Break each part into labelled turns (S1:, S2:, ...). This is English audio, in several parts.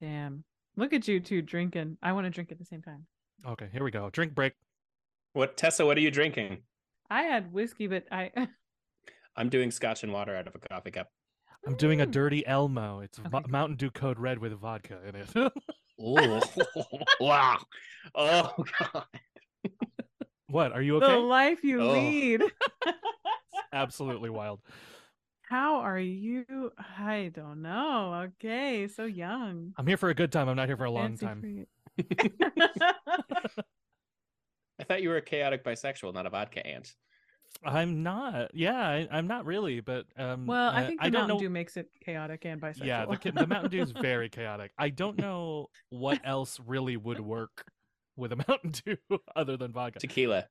S1: Damn. Look at you two drinking. I want to drink at the same time.
S2: Okay, here we go. Drink break.
S3: What Tessa? What are you drinking?
S1: I had whiskey, but I.
S3: I'm doing scotch and water out of a coffee cup.
S2: I'm doing a dirty Elmo. It's vo-
S1: Mm. Okay.
S2: Mountain Dew Code Red with vodka in it.
S3: Oh wow! Oh god!
S2: what? Are you
S1: The
S2: okay?
S1: life you
S3: Oh.
S1: lead.
S2: Absolutely wild.
S1: How are you? I don't know. Okay, so young.
S2: I'm here for a good time. I'm not here for a long
S1: Fancy
S2: time.
S1: free-
S3: I thought you were a chaotic bisexual, not a vodka ant.
S2: I'm not. Yeah, I, I'm not really. But um,
S1: well, I
S2: uh,
S1: think the
S2: I don't
S1: Mountain
S2: know.
S1: Dew makes it chaotic and bisexual.
S2: yeah, the, ki- the Mountain Dew is very chaotic. I don't know what else really would work with a Mountain Dew other than vodka.
S3: Tequila.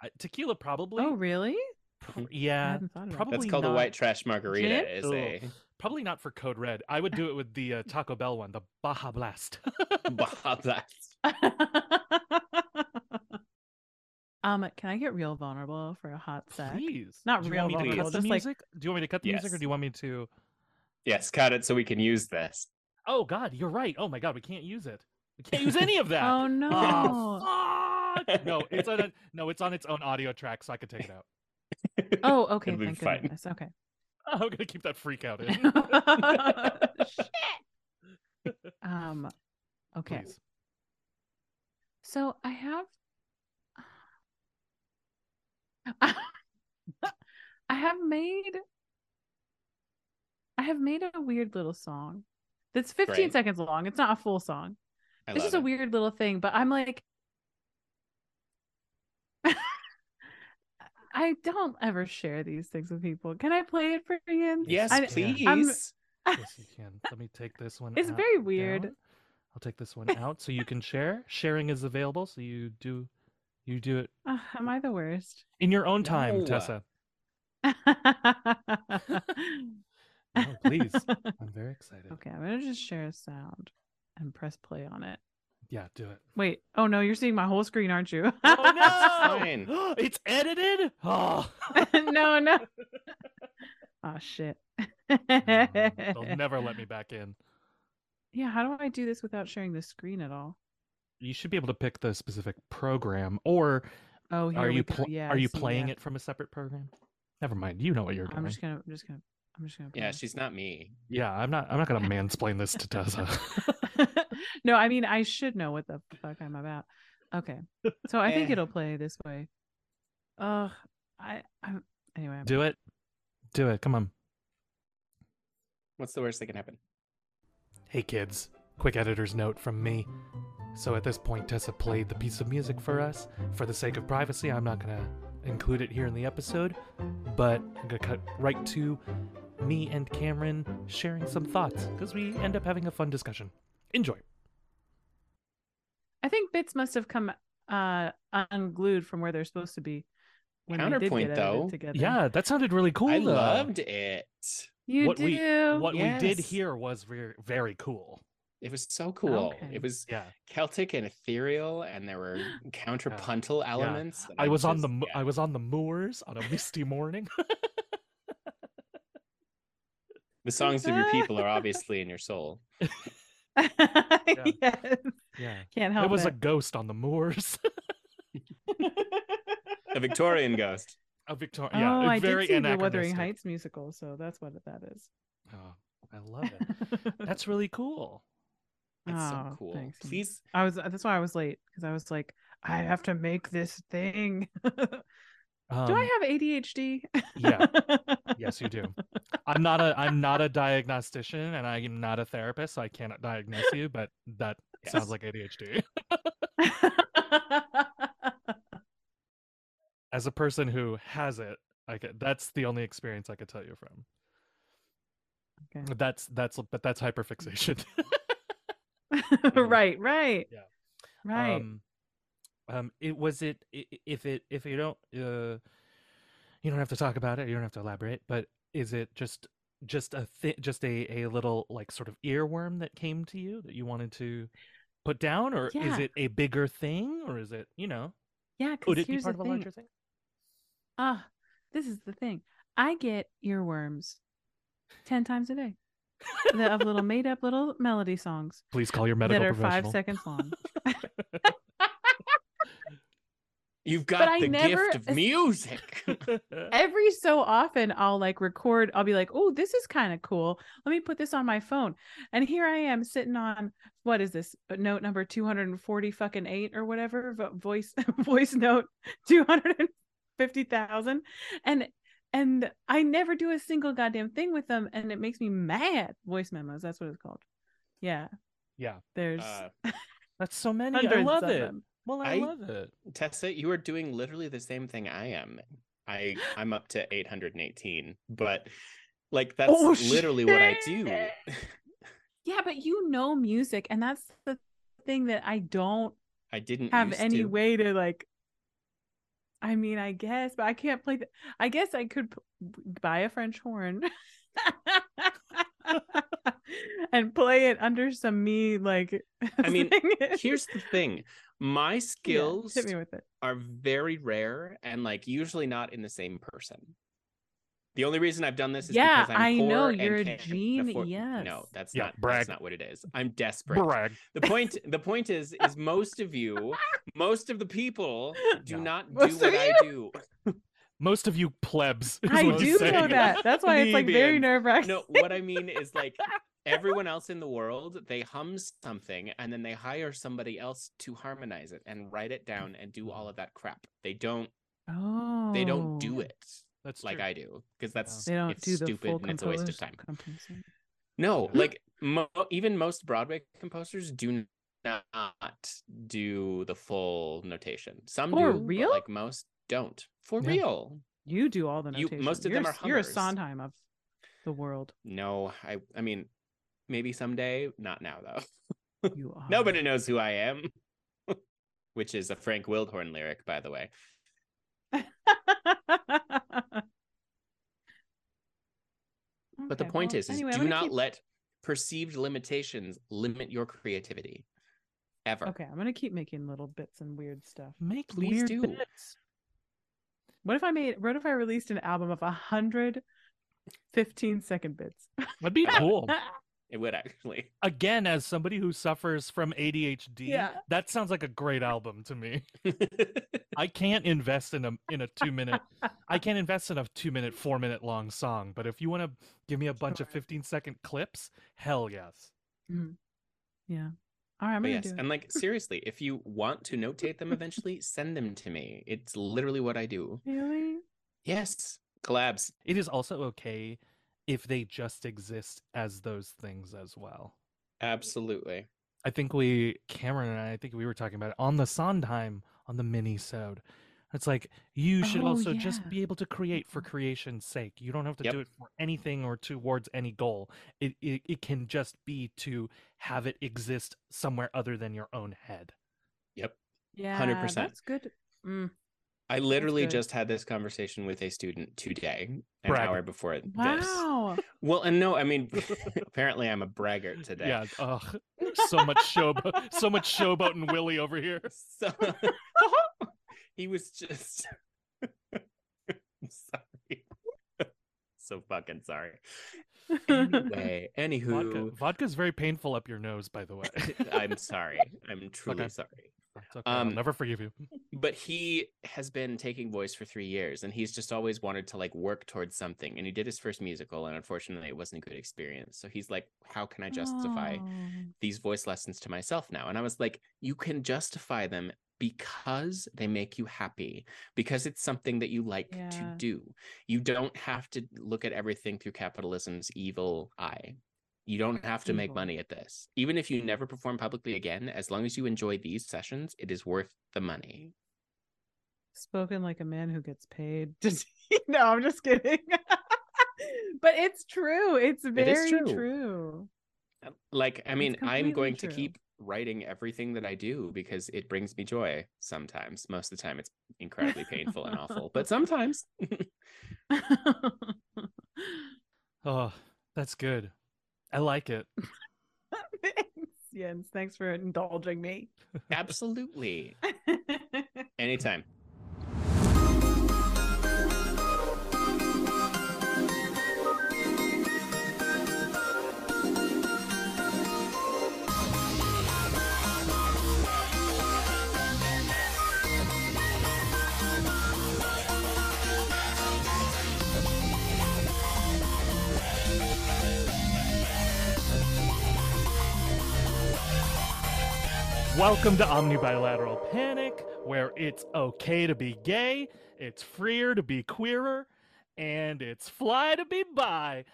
S2: I- tequila, probably.
S1: oh, really?
S2: Pr-
S1: I
S2: yeah,
S1: hadn't thought about
S2: probably
S3: That's called a
S2: not.
S3: white trash margarita.
S1: Gin?
S3: Is
S2: Ugh.
S3: a
S2: Probably not for Code Red. I would do it with the uh, Taco Bell one, the Baja Blast.
S3: Baja Blast.
S1: that. um, can I get real vulnerable for a hot sec?
S2: Please,
S1: Not
S2: do you
S1: real
S2: want me to
S3: vulnerable,
S2: cut the
S1: just like-
S2: music? Do you want me to cut the music, or
S3: Yes.
S2: do you want me to?
S3: Yes, cut it so we can use this.
S2: Oh God, you're right. Oh my God, we can't use it. We can't use any of that.
S1: Oh no. oh,
S2: Oh, fuck! no, it's on a, no, it's on its own audio track, so I could take it out.
S1: Oh, okay.
S3: It'll be
S1: Thank
S3: fine.
S1: goodness. Okay.
S2: I'm gonna keep that freak out in.
S1: Shit. Um. Okay.
S2: Please.
S1: So I have I have made I have made a weird little song that's 15
S3: Great.
S1: seconds long. It's not a full song.
S3: I
S1: it's
S3: love
S1: just a
S3: it.
S1: weird little thing, but I'm like I don't ever share these things with people. Can I play it for Ian?
S3: Yes,
S1: I-
S3: please.
S1: I'm-
S2: Yes, you can. Let me take this one.
S1: It's
S2: out-
S1: very weird.
S2: down. I'll take this one out so you can share. Sharing is available, so you do, you do it
S1: Ugh, am I the worst?
S2: in your own time,
S3: No.
S2: Tessa. No, please. I'm very excited.
S1: Okay, I'm gonna just share a sound and press play on it.
S2: Yeah, do it.
S1: Wait, oh no, you're seeing my whole screen, aren't you?
S3: It's
S2: Oh, no! it's edited. Oh,
S1: no, no. oh shit.
S2: they'll never let me back in.
S1: Yeah, how do I do this without sharing the screen at all?
S2: You should be able to pick the specific program, or
S1: Oh, here
S2: are
S1: we
S2: you
S1: go.
S2: pl-
S1: yeah,
S2: are
S1: I
S2: you
S1: see,
S2: playing
S1: yeah.
S2: it from a separate program? Never mind. You know what you're doing.
S1: I'm just gonna, I'm just gonna, I'm just gonna.
S3: Yeah,
S2: Mm.
S3: she's not me.
S2: Yeah, I'm not. I'm not gonna mansplain this to Tessa.
S1: play it. no, I mean I should know what the fuck I'm about. Okay, so I think
S3: Eh.
S1: it'll play this way. Ugh, I, I'm anyway. I'm-
S2: do it. Do it. Come on.
S3: What's the worst that can happen?
S2: Hey kids, quick editor's note from me. So at this point, Tessa played the piece of music for us. For the sake of privacy, I'm not gonna include it here in the episode, but I'm gonna cut right to me and Cameron sharing some thoughts because we end up having a fun discussion. Enjoy.
S1: I think bits must have come uh unglued from where they're supposed to be. When they did get
S3: Counterpoint,
S1: edited
S3: though.
S1: together.
S2: Yeah, that sounded really cool.
S3: I
S2: though.
S3: loved it.
S1: you
S2: what
S1: do.
S2: we- what we did
S3: Yes.
S2: here was very, very cool.
S3: It was so cool.
S1: Okay.
S3: It was
S2: Yeah,
S3: Celtic and ethereal, and there were counterpuntal elements. and
S2: I was on
S3: just-
S2: the mo-
S3: yeah.
S2: I was on the moors on a misty morning.
S3: The songs of your people are obviously in your soul.
S1: Yes.
S2: yeah,
S1: Can't help
S2: it
S1: it.
S2: was a ghost on the moors.
S3: A Victorian ghost.
S2: A Victor-
S1: oh,
S2: yeah,
S1: I
S2: very
S1: did see the Wuthering
S2: anachronistic.
S1: Heights musical, so that's what that is.
S2: Oh, I love it. That's really cool.
S3: That's so
S1: Oh,
S3: cool.
S1: thanks, Ian.
S3: Please,
S1: I was that's why I was late because I was like, I have to make this thing.
S2: Um,
S1: do I have ADHD?
S2: yeah. Yes, you do. I'm not a I'm not a diagnostician and I am not a therapist, so I cannot diagnose you. But that sounds
S3: Yes.
S2: like ADHD. Mm-hmm. As a person who has it, I could, that's the only experience I could tell you from.
S1: Okay.
S2: That's that's but that's hyperfixation.
S1: right, right,
S2: Yeah.
S1: right.
S2: Um, um, it was it i- i- if it if you don't uh, you don't have to talk about it. You don't have to elaborate. But is it just just a thi- just a a little like sort of earworm that came to you that you wanted to put down, or
S1: Yeah.
S2: is it a bigger thing, or is it you know
S1: yeah,
S2: could
S1: because
S2: it be
S1: here's the
S2: part of a
S1: thing.
S2: larger thing?
S1: Ah, this is the thing. I get earworms ten times a day. the, of little made up little melody songs
S2: Please call your medical
S1: that are
S2: professional.
S1: five seconds long.
S3: You've got
S1: I
S3: the
S1: never-
S3: gift of music.
S1: Every so often, I'll like record, I'll be like, oh, this is kind of cool. Let me put this on my phone. And here I am sitting on what is this uh, note number 240 fucking eight or whatever vo- voice voice note 250,000. And and I never do a single goddamn thing with them. And it makes me mad. Voice memos, that's what it's called. Yeah,
S2: yeah,
S1: there's
S3: Uh,
S2: that's so many.
S1: hundreds
S2: I love
S1: of
S2: it.
S1: them.
S2: Well, I,
S3: I-
S2: love it.
S3: Tessa, you are doing literally the same thing I am. I I'm up to 818, but like that's
S1: Oh,
S3: literally what I do.
S1: shit. Yeah, but you know music, and that's the thing that I don't
S3: I didn't
S1: have
S3: used
S1: any
S3: to.
S1: way to like I mean, I guess, but I can't play the I guess I could p- buy a French horn and play it under some me like
S3: I mean,
S1: thing. Yeah,
S3: Here's the thing. My skills
S1: hit me with it.
S3: are very rare and like usually not in the same person. The only reason I've done this is
S1: Yeah,
S3: because I'm
S1: I
S3: poor
S1: know,
S3: and
S1: you're a
S3: can't
S1: gene-
S3: afford-
S1: yes.
S3: No, that's
S2: Yeah,
S3: not
S2: brag.
S3: that's not what it is. I'm desperate.
S2: Brag.
S3: The point the point is is most of you, most of the people do
S2: No.
S3: not do
S1: Most of
S3: what I do.
S2: Most of you plebs. is
S1: I
S2: what I'm
S1: do know
S2: saying.
S1: that. That's why it's like very
S3: Plebeian.
S1: nerve wracking.
S3: No, what I mean is like everyone else in the world, they hum something and then they hire somebody else to harmonize it and write it down and do
S2: Mm.
S3: all of that crap. They don't
S1: oh,
S3: they don't do it
S2: That's
S3: like
S2: true.
S3: I do because that's
S1: They don't
S3: it's
S1: do the full
S3: stupid and it's a waste of time.
S1: compos- composing.
S3: No,
S2: Yeah.
S3: like mo- even most Broadway composers do not do the full notation. Some
S1: For
S3: do, but,
S1: real?
S3: like most don't. For
S2: Yeah.
S3: real?
S1: You do all the
S3: You-
S1: notation.
S3: most of them
S1: You're-
S3: are
S1: You're a
S3: hummers.
S1: Sondheim of the world.
S3: No, I I mean maybe someday, not now though.
S1: Uh-huh. You are.
S3: Nobody knows who I am. Which is a Frank Wildhorn lyric, by the way. But the
S1: Okay,
S3: point
S1: well,
S3: is, is
S1: anyway, I'm
S3: do
S1: gonna
S3: not
S1: keep-
S3: let perceived limitations limit your creativity. Ever.
S1: Okay, I'm gonna keep making little bits and weird stuff.
S2: Make
S3: Please
S2: weird
S3: do.
S2: bits.
S1: What if I made? What if I released an album of a hundred 15 second bits?
S2: That'd be
S3: I love it.
S2: cool.
S3: It would actually.
S2: Again, as somebody who suffers from ADHD,
S1: Yeah.
S2: that sounds like a great album to me. I can't invest in a in a two minute. I can't invest in a two minute, four minute long song. But if you want to give me a bunch of
S1: Sure.
S2: fifteen second clips, hell yes.
S1: yeah. All right, I'm gonna
S3: But Oh, yes,
S1: do it.
S3: and like seriously, if you want to notate them eventually, send them to me. It's literally what I do.
S1: Really?
S3: Yes, collabs.
S2: It is also okay if they just exist as those things as well.
S3: Absolutely.
S2: I think we Cameron and I, I think we were talking about it on the Sondheim on the mini sode. It's like you should
S1: Oh,
S2: also just
S1: yeah.
S2: be able to create for
S1: Mhm.
S2: creation's sake. You don't have to
S3: Yep.
S2: do it for anything or towards any goal. It, it it can just be to have it exist somewhere other than your own head.
S3: Yep.
S1: Yeah.
S3: 100%.
S1: That's good. Mm.
S3: I literally
S1: good.
S3: just had this conversation with a student today, an
S2: Brag.
S3: hour before this.
S1: Wow.
S3: Well, and no, I mean, apparently I'm a braggart today.
S2: Yeah. Ugh. So much showboat. so much showboat and Willie over here.
S3: So he was just. I'm sorry. so fucking sorry. Anyway,
S2: Vodka.
S3: anywho,
S2: Vodka's very painful up your nose, by the way.
S3: I'm sorry. I'm truly
S2: Okay.
S3: sorry.
S2: It's okay, I'll
S3: Um,
S2: never forgive you.
S3: but he has been taking voice for three years and he's just always wanted to like work towards something and he did his first musical and unfortunately it wasn't a good experience so he's like how can i justify
S1: Oh.
S3: these voice lessons to myself now and i was like you can justify them because they make you happy because it's something that you like to
S1: Yeah.
S3: do you don't have to look at everything through capitalism's evil eye you don't have to make
S1: Evil.
S3: money at this even if you never perform publicly again as long as you enjoy these sessions it is worth the money
S1: Spoken like a man who gets paid. to- no, I'm just kidding. but it's true. It's very
S3: true.
S1: true.
S3: Um, like i mean i'm
S1: completely
S3: going to
S1: true.
S3: keep writing everything that i do because it brings me joy sometimes most of the time it's incredibly painful and awful but sometimes
S2: Oh, that's good. I like it.
S1: Thanks, Jens. Thanks for indulging me.
S3: absolutely anytime
S2: Welcome to Omnibilateral Panic, where it's okay to be gay, it's freer to be queerer, and it's fly to be bi.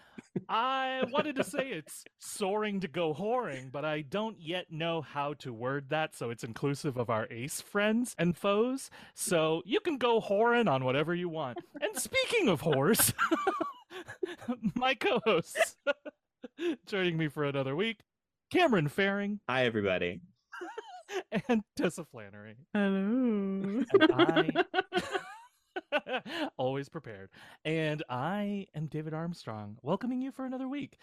S2: I wanted to say it's soaring to go whoring, but I don't yet know how to word that, so it's inclusive of our ace friends and foes. So you can go whoring on whatever you want. And speaking of whores, my co hosts joining me for another week, Cameron Faring
S3: Hi, everybody.
S2: and Tessa Flannery.
S1: Hello.
S2: And I always prepared. And I am David Armstrong, welcoming you for another week.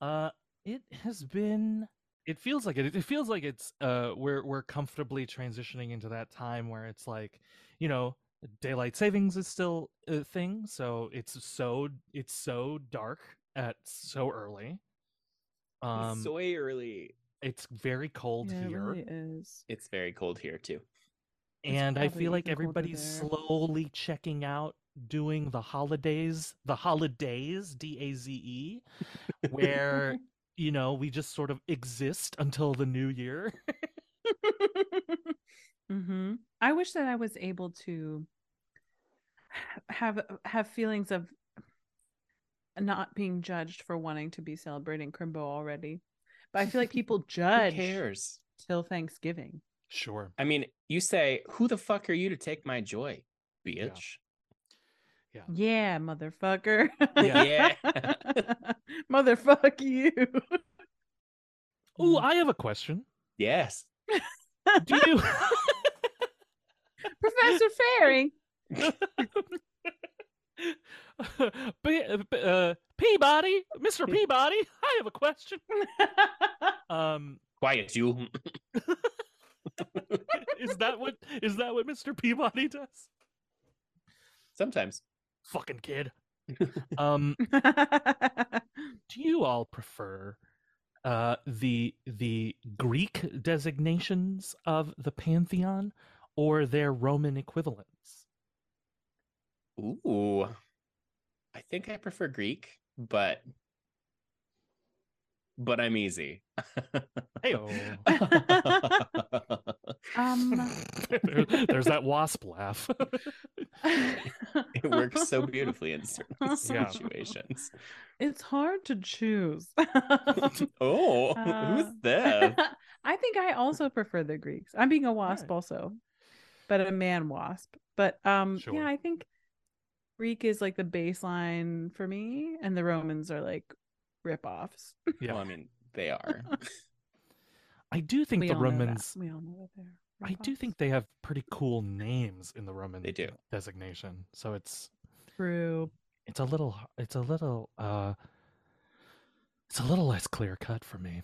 S2: Uh it has been it feels like it. It feels like it's uh we're we're comfortably transitioning into that time where it's like, you know, daylight savings is still a thing, so it's so it's so dark at so early. Um
S3: it's so early.
S2: it's very cold
S1: yeah, it
S2: here.
S1: really is.
S3: It's very cold here too.
S1: It's
S2: and I
S1: probably
S2: feel like
S1: even colder
S2: everybody's
S1: there.
S2: slowly checking out doing the holidays, the holidays, D A Z E, where you know we just sort of exist until the new year.
S1: hmm I wish that I was able to have have feelings of not being judged for wanting to be celebrating Crimbo already, but I feel like people
S3: Who
S1: judge
S3: cares?
S1: till Thanksgiving.
S2: Sure.
S3: I mean, you say, "Who the fuck are you to take my joy,
S2: Yeah.
S3: bitch?"
S1: Yeah, motherfucker.
S3: Yeah.
S1: motherfuck you.
S2: Oh,
S1: Mm.
S2: I have a question.
S3: Yes.
S2: Do you?
S1: Professor Fairing.
S2: P- uh, p- uh, Peabody, Mr. Peabody, I have a question. Um,
S3: Quiet, you.
S2: is that what is that what Mr. Peabody does?
S3: Sometimes.
S2: Fucking kid. Um, do you all prefer uh, the the Greek designations of the pantheon or their Roman equivalents?
S3: Ooh. I think I prefer Greek, but but I'm easy.
S2: Hey, Oh.
S1: um
S2: there's that wasp laugh.
S3: it works so beautifully in certain
S2: Yeah.
S3: situations.
S1: It's hard to choose.
S3: Oh,
S1: Uh,
S3: who's there?
S1: I think I also prefer the Greeks. I'm being a wasp
S2: Right.
S1: also, but a man wasp. But um,
S2: Sure.
S1: yeah, I think Greek is like the baseline for me, and the Romans are like ripoffs.
S2: yeah.
S3: Well, I mean, they are.
S2: I do think
S1: We
S2: the
S1: all know that.
S2: Romans.
S1: We all know that they're.
S2: I do
S1: ripoffs.
S2: think they have pretty cool names in the Roman
S3: They do.
S2: designation. So it's
S1: true.
S2: it's a little h- it's a little uh it's a little less clear cut for me.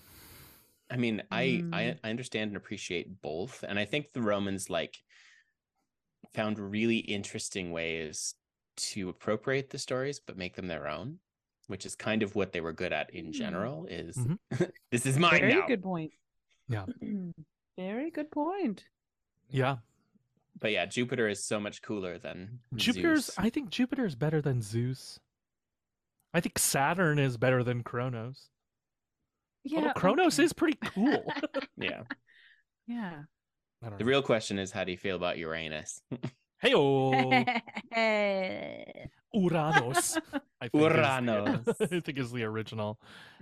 S3: I mean, I, I
S1: Mm.
S3: I understand and appreciate both, and I think the Romans like found really interesting ways to appropriate the stories but make them their own, which is kind of what they were good at in
S1: Mm.
S3: general. Is
S2: Mhm.
S3: this is mine
S1: Very
S3: now?
S1: good point.
S2: Yeah.
S1: Very good point.
S2: Yeah.
S3: But yeah, Jupiter is so much cooler than
S2: Jupiter's
S3: Zeus.
S2: I think Jupiter's better than Zeus. I think Saturn is better than Kronos. Although Kronos
S1: okay.
S2: is pretty cool.
S3: yeah.
S1: yeah.
S2: I don't
S3: The
S2: know.
S3: real question is, how do you feel about Uranus?
S2: Hey oh Uranos. I think is the- I
S3: Uranos.
S2: think is the original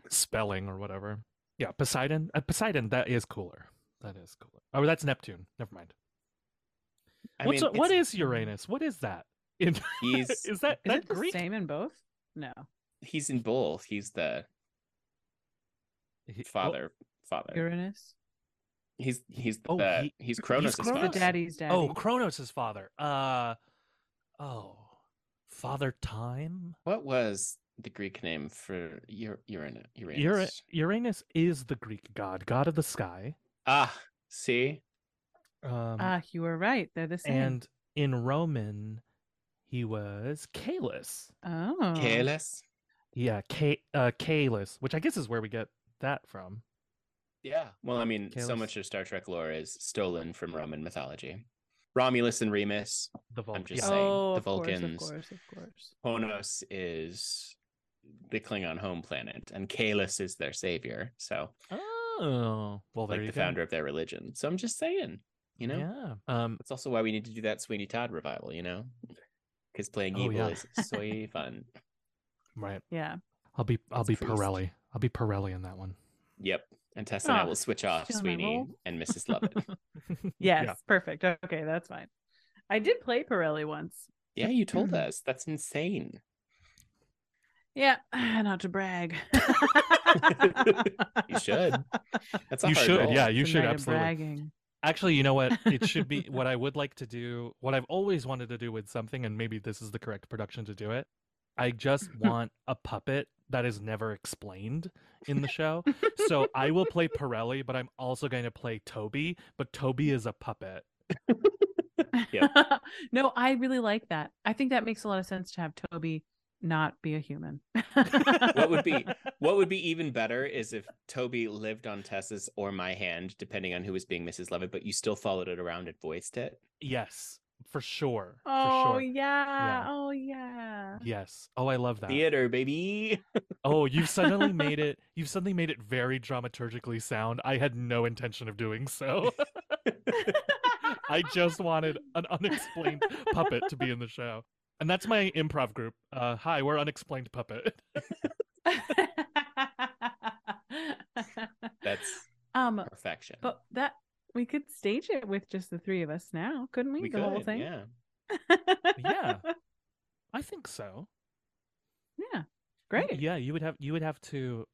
S2: spelling or whatever. Yeah, Poseidon. Uh, Poseidon, that is cooler. That is cooler. Oh, that's Neptune. Never mind.
S3: I
S2: What's
S3: mean,
S2: a- what
S3: it's-
S2: is Uranus? What is that? In-
S3: He's-
S2: is that,
S1: Is
S2: that
S1: it the
S2: Greek?
S1: same in both? No.
S3: he's in both. He's the
S2: He- oh,
S3: father. Father.
S1: Uranus.
S3: He's he's
S2: Oh,
S3: the
S2: he-
S3: he's Cronus'
S1: The
S2: Cronus?
S3: father.
S1: daddy's daddy.
S2: Oh, Kronos' father. Uh oh. Father Time?
S3: What was the Greek name for Ur- Uranus? Uranus.
S2: Ura- Uranus is the Greek god, god of the sky.
S3: ah, see,
S2: Um,
S1: Ah, you were right. They're the same.
S2: and in Roman, he was Calus.
S1: oh,
S3: Caelus.
S2: Yeah, Ca uh, Calus, which I guess is where we get that from.
S3: Yeah. Well, I mean, so
S2: Caelus.
S3: much of Star Trek lore is stolen from Roman mythology. Romulus and Remus.
S2: The Vulcan.
S3: just
S2: yeah.
S3: saying.
S1: oh,
S3: the
S1: of course,
S3: Vulcans.
S1: Of course, of course.
S3: Honos is the Klingon home planet, and Kalis is their savior. So
S4: Oh,
S2: Well, there
S3: like
S2: you
S3: the
S2: go.
S3: founder of their religion. So I'm just saying, you know,
S2: Yeah. Um,
S3: that's also why we need to do that Sweeney Todd revival, you know, because playing
S2: Oh,
S3: evil
S2: yeah.
S3: is so fun.
S2: right.
S1: Yeah.
S2: I'll be I'll
S3: It's
S2: be
S3: priest.
S2: Pirelli. I'll be Pirelli in that one.
S3: Yep. And Tess and I
S1: Oh,
S3: will switch off
S1: still my
S3: Sweeney
S1: role.
S3: and Mrs. Lovett.
S1: Yes.
S2: Yeah.
S1: Perfect. Okay, that's fine. I did play Pirelli once.
S3: yeah, you told us. That's insane.
S1: Yeah, not to brag.
S3: You should. That's a
S2: You
S3: hard
S2: should,
S3: role.
S2: yeah, you
S1: It's a
S2: should
S1: night of
S2: absolutely.
S1: bragging.
S2: Actually, you know what? It should be what I would like to do, what I've always wanted to do with something, and maybe this is the correct production to do it. I just want a puppet that is never explained in the show. So I will play Pirelli, but I'm also going to play Toby, but Toby is a puppet.
S1: no, I really like that. I think that makes a lot of sense to have Toby not be a human.
S3: What would be what would be even better is if Toby lived on Tess's or my hand, depending on who was being Mrs. Lovett, but you still followed it around and voiced it.
S2: Yes, for sure.
S1: Oh
S2: for sure.
S1: yeah. Oh yeah.
S2: Yes. Oh, I love that.
S3: Theater, baby.
S2: Oh, you've suddenly made it you've suddenly made it very dramaturgically sound. I had no intention of doing so. I just wanted an unexplained puppet to be in the show. And that's my improv group. Uh, hi, we're unexplained puppet.
S3: That's
S1: um
S3: perfection.
S1: but that we could stage it with just the three of us now, couldn't we?
S3: we
S1: the
S3: could,
S1: whole thing.
S3: yeah.
S2: Yeah. I think so.
S1: Yeah.
S2: Y-
S1: Great.
S2: Yeah, you would have you would have to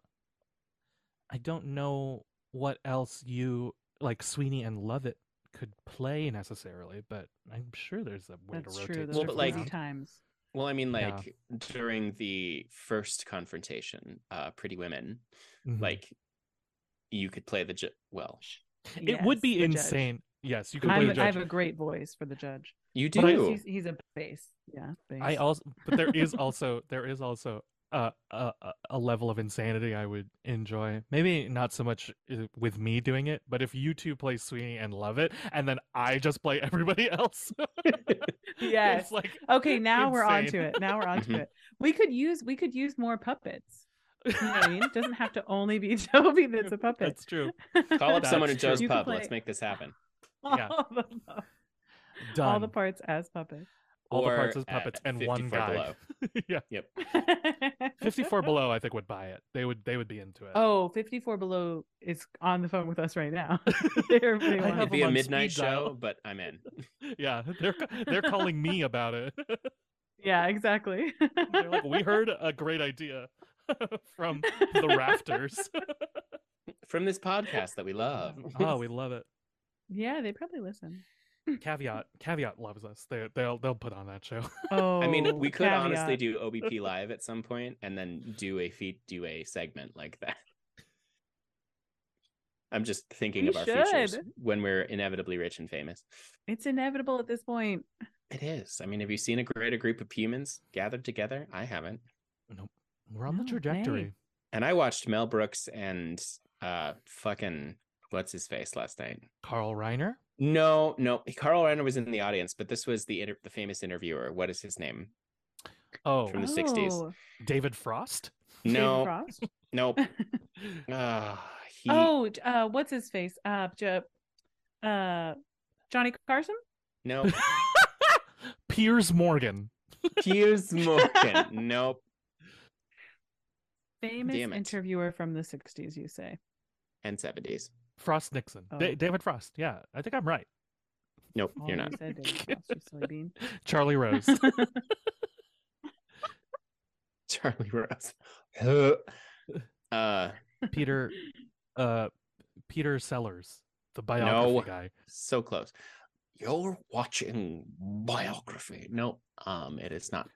S2: I don't know what else you like Sweeney and Lovett could play necessarily, but I'm sure there's a way
S1: That's
S2: to rotate
S1: true. Those
S3: Well,
S1: are
S3: but,
S2: stuff
S3: like-
S1: crazy
S2: around.
S1: times.
S3: Well, I mean,
S2: Yeah.
S3: like during the first confrontation, uh, Pretty Women,
S2: Mhm.
S3: like you could play the ju- well,
S2: it would
S1: Yes,
S2: be
S1: the judge.
S2: insane. Yes, you could play
S1: I'm,
S2: the
S1: I
S2: judge.
S1: have a great voice for the judge.
S3: you
S2: But I-
S1: Because
S3: do.
S1: He's, he's a bass. Yeah. Bass.
S2: I also, but there is also there is also a, a a- a level of insanity I would enjoy. Maybe not so much uh, with me doing it, but if you two play Sweeney and love it, and then I just play everybody else.
S1: Yes.
S2: it's like
S1: okay, now we're onto
S2: insane.
S1: it. Now we're onto
S3: Mhm.
S1: it. We could use we could use more puppets. You know what I mean? It doesn't have to only be Toby that's a puppet.
S2: That's true.
S3: Call up someone at
S2: That's true.
S3: Joe's
S1: You could
S3: Pub. Let's
S1: play-
S3: make this happen.
S2: yeah.
S1: all, the, pu-
S2: Done.
S1: all the parts as puppets.
S2: All the parts
S3: Or
S2: as puppets
S3: at
S2: and one
S3: 54
S2: guy. yeah, fifty four below. I think would buy it. They would. They would be into it.
S1: Oh, 54 below is on the phone with us right now. They're- they
S2: I
S1: want
S2: have
S3: It'd
S1: it.
S3: be
S2: them
S3: a
S2: on speed
S3: midnight
S2: dial.
S3: show, but I'm in.
S2: yeah, they're they're calling me about it.
S1: yeah, exactly.
S2: they're like, we heard a great idea from the rafters.
S3: From this podcast that we love.
S2: oh, we love it.
S1: Yeah, they probably listen.
S2: Caveat. Caveat loves us. They they'll they'll put on that show.
S1: Oh,
S3: I mean, we could
S1: caveat.
S3: honestly do OBP live at some point and then do a feat, do a segment like that. I'm just thinking
S1: We
S3: of our futures
S1: should.
S3: when we're inevitably rich and famous.
S1: It's inevitable at this point.
S3: It is. I mean, have you seen a greater group of humans gathered together? I haven't.
S2: We're on
S1: No,
S2: the
S1: hey.
S2: trajectory.
S3: And I watched Mel Brooks and uh fucking what's his face last night.
S2: Carl Reiner.
S3: No, no, Carl Reiner was in the audience, but this was the inter- the famous interviewer. What is his name?
S2: Oh,
S3: From the 60s.
S1: Oh,
S2: David Frost.
S1: David
S3: No,
S1: Frost?
S3: nope. Uh, he,
S1: Oh, j- uh, what's his face? Uh, j- uh, Johnny Carson.
S3: no,
S2: Piers Morgan.
S3: Piers Morgan. Nope.
S1: Famous
S3: Damn it.
S1: interviewer from the 60s, you say.
S3: And seventies.
S2: Frost Nixon. Da-
S1: Oh.
S2: David Frost. Yeah, I think I'm right.
S3: Nope,
S1: Oh,
S3: you're not.
S1: You said David Frost, you silly bean.
S2: Charlie Rose.
S3: Charlie Rose. uh,
S2: Peter. Uh, Peter Sellers, the biography
S3: No.
S2: guy.
S3: so close. You're watching biography. No, um, it is not.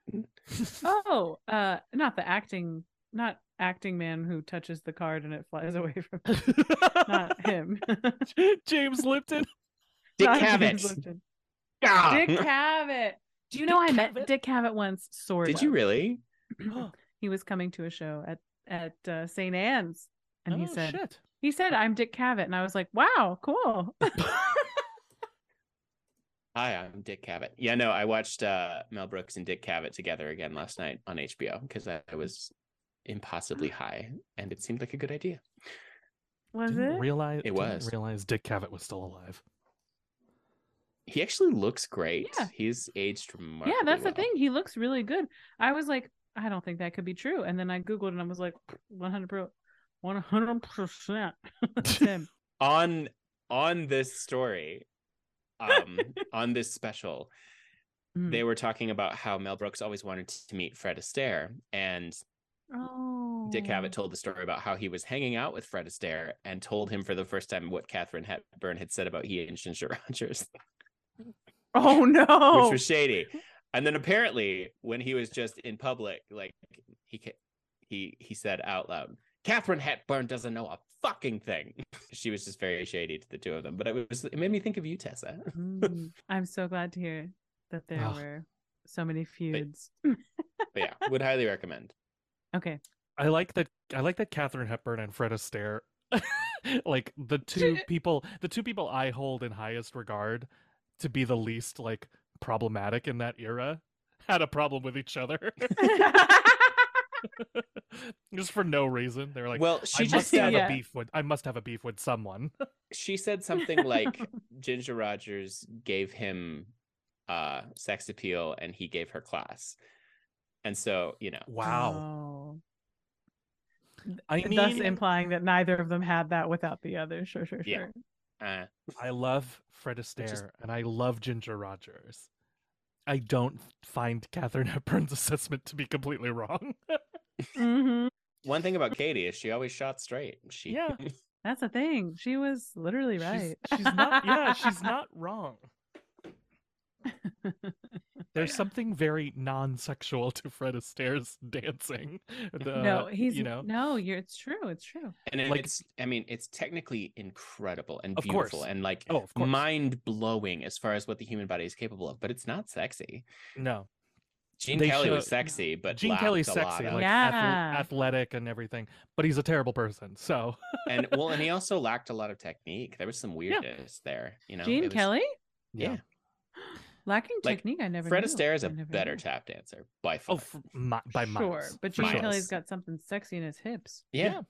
S1: Oh, uh, not the acting, not acting man who touches the card and it flies away from him. Not him.
S2: James Lipton.
S3: Dick
S1: Not James
S3: Cavett.
S1: Lipton.
S3: Ah!
S1: Dick Cavett. Do you know I met
S2: Cavett?
S1: Dick Cavett once? Sort
S3: Did you really?
S1: he was coming to a show at at uh, St. Anne's, and he
S2: Oh,
S1: said,
S2: shit.
S1: He said, I'm Dick Cavett. And I was like, wow, cool.
S3: Hi, I'm Dick Cavett. Yeah, no, I watched uh, Mel Brooks and Dick Cavett together again last night on HBO because I, I was impossibly high, and it seemed like a good idea.
S1: Was
S2: didn't
S1: it?
S2: realize
S3: It
S2: didn't
S3: was.
S2: realize Dick Cavett was still alive.
S3: He actually looks great.
S1: Yeah.
S3: He's aged remarkably.
S1: yeah, that's
S3: well.
S1: the thing. He looks really good. I was like, I don't think that could be true. And then I Googled and I was like, 100 pro. 100% that's him.
S3: On on this story, um, on this special,
S1: Mm.
S3: they were talking about how Mel Brooks always wanted to meet Fred Astaire, and
S1: Oh.
S3: Dick Cavett told the story about how he was hanging out with Fred Astaire and told him for the first time what Katherine Hepburn had said about he and Ginger Rogers,
S1: Oh no.
S3: which was shady. And then apparently, when he was just in public, like he ca- he he said out loud, "Katherine Hepburn doesn't know a fucking thing." she was just very shady to the two of them. But it was it made me think of you, Tessa.
S1: Mm. I'm so glad to hear that there
S2: Ugh.
S1: were so many feuds.
S3: But yeah, would highly recommend.
S1: okay.
S2: I like that. I like that Katherine Hepburn and Fred Astaire, like the two people, the two people I hold in highest regard, to be the least like problematic in that era, had a problem with each other just for no reason. They were like,
S3: well, she
S2: I
S3: just
S2: must
S1: said-
S2: have
S1: Yeah.
S2: a beef with. I must have a beef with someone.
S3: she said something like Ginger Rogers gave him uh sex appeal and he gave her class. And so, you know,
S2: Wow.
S1: Oh.
S2: I
S1: Thus
S2: mean,
S1: implying that neither of them had that without the other. Sure, sure,
S3: Yeah.
S1: sure.
S3: uh
S2: I love Fred Astaire
S3: is-
S2: and I love Ginger Rogers. I don't find Katherine Hepburn's assessment to be completely wrong.
S1: Mhm.
S3: one thing about Katie is she always shot straight. She
S2: yeah,
S1: That's the thing. She was literally right.
S2: She's, she's not. Yeah, she's not wrong. There's something very non-sexual to Fred Astaire's dancing. The,
S1: no, he's
S2: uh, you know
S1: no. You're. It's true. It's true.
S3: and it-
S2: Like-
S3: it's I mean, it's technically incredible and
S2: Of course.
S3: beautiful and like
S2: oh of course
S3: mind blowing as far as what the human body is capable of, but it's not sexy.
S2: no
S3: Gene
S2: They
S3: Kelly was
S2: show-
S3: sexy, but
S2: Gene
S3: lacked
S2: Kelly's
S3: a
S2: sexy
S3: lot of-
S2: like ath-
S1: Yeah.
S2: athletic and everything but he's a terrible person so
S3: and well, and he also lacked a lot of technique. There was some weirdness there, you know.
S1: Gene
S3: It was-
S1: Kelly
S3: yeah.
S1: lacking
S3: Like,
S1: technique. I never.
S3: Fred
S1: knew.
S3: Astaire is
S1: I
S3: a
S1: never
S3: better
S1: knew.
S3: tap dancer by far.
S2: oh f- mi- by
S1: sure,
S2: miles.
S1: but
S2: For
S1: Gene
S3: miles.
S1: Kelly's got something sexy in his hips.
S3: Yeah.
S2: Yeah.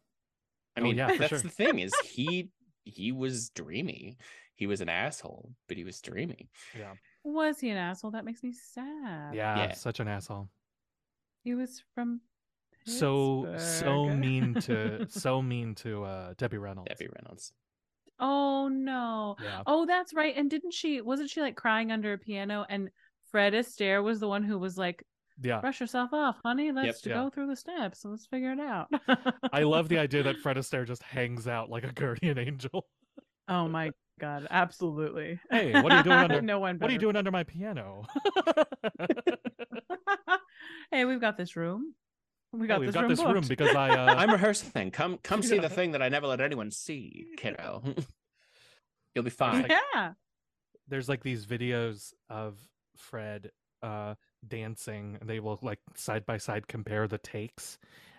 S3: I
S2: Oh,
S3: mean,
S2: yeah, for
S3: that's
S2: sure.
S3: the thing is he he was dreamy. He was an asshole, but he was dreamy.
S2: yeah
S1: Was he an asshole? That makes me sad.
S2: yeah,
S3: Yeah.
S2: such an asshole
S1: He was from.
S2: so so
S1: Pittsburgh.
S2: mean to so mean to uh debbie reynolds
S3: Debbie Reynolds.
S1: oh no.
S2: yeah
S1: Oh, that's right. And didn't she? Wasn't she like crying under a piano? And Fred Astaire was the one who was like,
S2: yeah
S1: "Brush yourself off, honey. Let's
S2: Uh, yeah.
S1: go through the steps. Let's figure it out."
S2: i love the idea that fred astaire just hangs out like a guardian angel
S1: Oh my god! Absolutely.
S2: hey what are you doing under
S1: no one.
S2: what are you
S1: better.
S2: doing under my piano
S1: hey, we've got this room. We got
S2: Oh, we've
S1: this
S2: got
S1: room.
S2: this room
S1: booked.
S2: because i uh
S3: I'm rehearsing. Come come see
S2: Yeah.
S3: the thing that I never let anyone see, kiddo. You'll be fine.
S2: like-
S1: yeah.
S2: there's like these videos of Fred uh dancing. and They will like side by side compare the takes,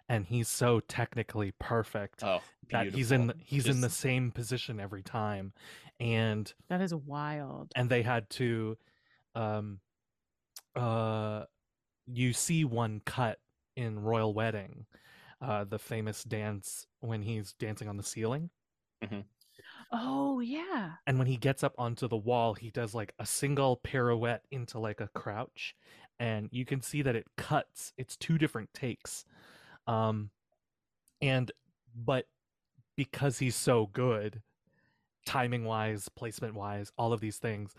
S2: and he's so technically perfect
S3: oh,
S2: that he's in the-
S3: beautiful.
S2: he's in the
S3: Just-
S2: same position every time, and
S1: That is wild.
S2: and they had to um uh you see one cut in royal wedding uh the famous dance when he's dancing on the ceiling
S1: Oh yeah.
S2: and when he gets up onto the wall he does like a single pirouette into like a crouch and you can see that it cuts it's two different takes um and but because he's so good timing wise placement wise all of these things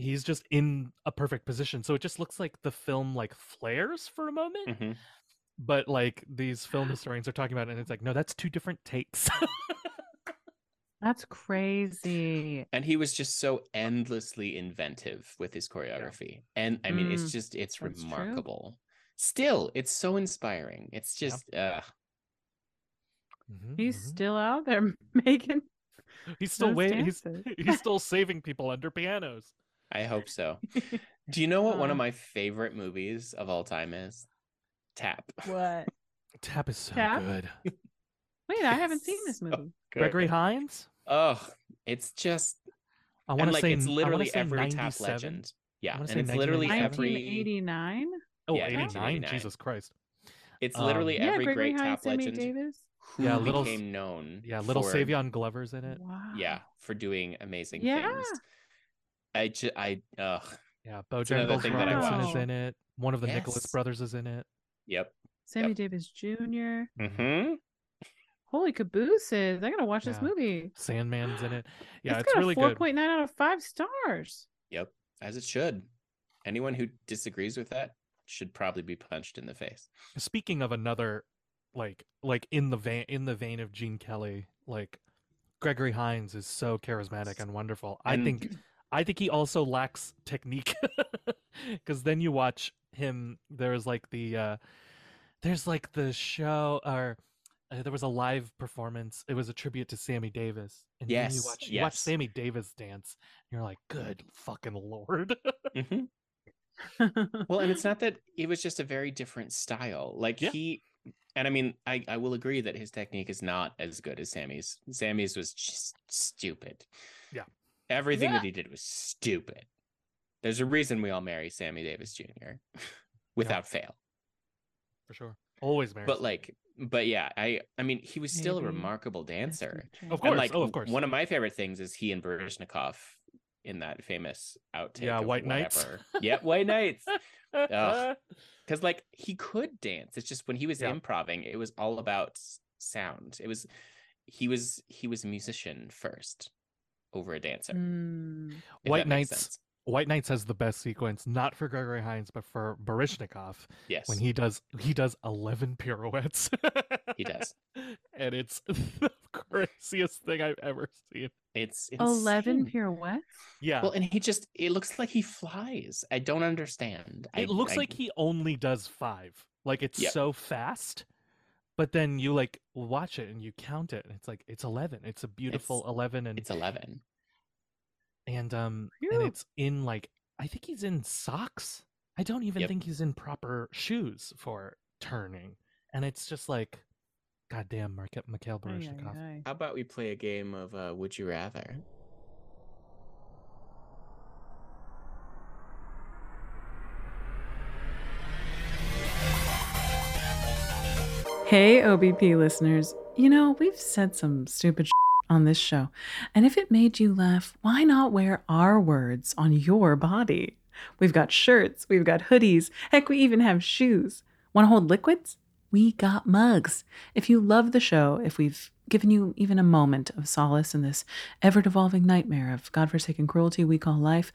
S2: he's just in a perfect position so it just looks like the film like flares for a moment
S3: Mhm.
S2: but like these film historians are talking about it and it's like no that's two different takes
S1: That's crazy.
S3: And he was just so endlessly inventive with his choreography. And I mean, it's
S1: Mm,
S3: just it's
S1: that's true.
S3: remarkable. Still, it's so inspiring. It's
S2: Yeah.
S3: just uh
S2: Mhm,
S1: He's
S2: mhm.
S1: still out there making.
S2: He's still
S1: those
S2: waiting. He's
S1: dances.
S2: he's still saving people under pianos.
S3: I hope so. Do you know what one
S1: Uh.
S3: of my favorite movies of all time is? Tap.
S1: What?
S2: Tap is so
S1: Tap?
S2: good.
S1: Wait, I haven't seen this
S3: So
S1: movie.
S2: Gregory Hines.
S3: Oh, it's just
S2: I want
S3: and
S2: to
S3: like
S2: say
S3: it's
S2: I wanna
S3: literally
S2: say
S3: every tap
S2: 97?
S3: legend. Yeah,
S2: wanna
S3: and
S2: say
S3: it's literally every
S1: 1989.
S2: Oh,
S3: Yeah,
S2: 89.
S3: 1989.
S2: Jesus Christ.
S3: it's
S2: Um,
S3: literally
S1: Yeah,
S3: every
S1: Gregory
S3: great
S1: Hines,
S3: tap
S1: Sammy
S3: legend
S1: Davis.
S3: who
S2: Yeah, Little-
S3: became known.
S2: Yeah, little
S3: for-
S2: Savion Glover's in it.
S1: Wow.
S3: Yeah, for doing amazing
S1: Yeah.
S3: things. I ju- I ugh,
S2: Yeah,
S3: another
S2: Bojangles
S1: thing that I
S2: Robinson
S1: watched.
S2: is in it. One of the Nicholas
S3: Yes.
S2: brothers is in it.
S3: yep.
S1: Sammy
S3: Yep.
S1: Davis Jr.
S3: Mm-hmm.
S1: Holy cabooses! I'm gonna watch this
S2: Yeah.
S1: movie.
S2: Sandman's in it. Yeah, it's,
S1: got
S2: really
S1: a four
S2: good.
S1: point nine out of five stars.
S3: Yep. As it should. Anyone who disagrees with that should probably be punched in the face.
S2: Speaking of another, like like in the vein in the vein of Gene Kelly, like Gregory Hines is so charismatic and wonderful. I
S3: And-
S2: think I think he also lacks technique because then you watch him. There's like the uh, there's like the show or. Uh, there was a live performance. It was a tribute to Sammy Davis. And then you
S3: Yes,
S2: watch, you watch
S3: yes.
S2: Sammy Davis dance. And you're like, good fucking lord. Mm-hmm.
S3: Mhm. well and it's not that it was just a very different style like
S2: Yeah.
S3: he and i mean I, I will agree that his technique is not as good as sammy's sammy's was just stupid
S2: Yeah.
S3: everything
S1: Yeah.
S3: that he did was stupid there's a reason we all marry sammy davis jr without fail
S2: For sure. Always married.
S3: but like but yeah i i mean he was still a
S1: Maybe
S3: remarkable dancer
S2: Of
S3: and
S2: course.
S3: like
S2: oh, of course.
S3: one of my favorite things is he and Baryshnikov in that famous outtake
S2: Yeah,
S3: of
S2: White Knights.
S3: whatever. yeah white knights Ugh. because like he could dance it's just when he was
S2: Yeah.
S3: improvising, it was all about s- sound it was he was he was a musician first over a dancer
S1: Mm.
S3: if
S2: White
S3: that makes
S2: Knights-
S3: sense.
S2: White Knights has the best sequence, not for Gregory Hines, but for Baryshnikov
S3: yes
S2: when he does he does eleven pirouettes.
S3: He does.
S2: and it's the craziest thing I've ever seen.
S3: it's
S1: Eleven
S3: insane.
S1: pirouettes.
S2: Yeah.
S3: well and he just it looks like he flies i don't understand I-
S2: it looks
S3: I-
S2: like he only does five. Like it's
S3: Yep.
S2: so fast. But then you like watch it and you count it and it's like it's eleven. It's a beautiful eleven and
S3: it's 11
S2: and um
S1: Phew.
S2: and it's in like I think he's in socks. I don't even
S3: Yep.
S2: think he's in proper shoes for turning. And it's just like goddamn Mark- Mikhail
S1: Ay,
S2: Baryshnikov.
S1: ay, ay.
S3: how about we play a game of uh, would you rather
S1: Hey, OBP listeners. You know, we've said some stupid sh- on this show, and if it made you laugh, why not wear our words on your body? We've got shirts, we've got hoodies, heck, we even have shoes. Want to hold liquids? We got mugs. If you love the show, if we've given you even a moment of solace in this ever devolving nightmare of godforsaken cruelty we call life,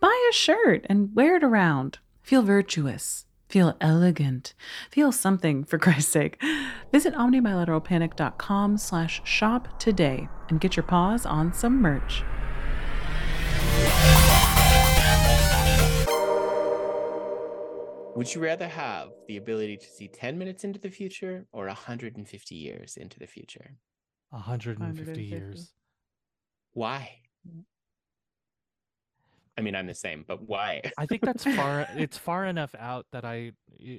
S1: buy a shirt and wear it around. Feel virtuous. Feel elegant. Feel something, for Christ's sake. Visit omnibilateralpanic.com slash shop today and get your paws on some merch.
S3: would you rather have the ability to see 10 minutes into the future or 150 years into the future
S2: 150 years.
S1: 150.
S3: Why? I mean, I'm the same, but why?
S2: I think that's far it's far enough out that I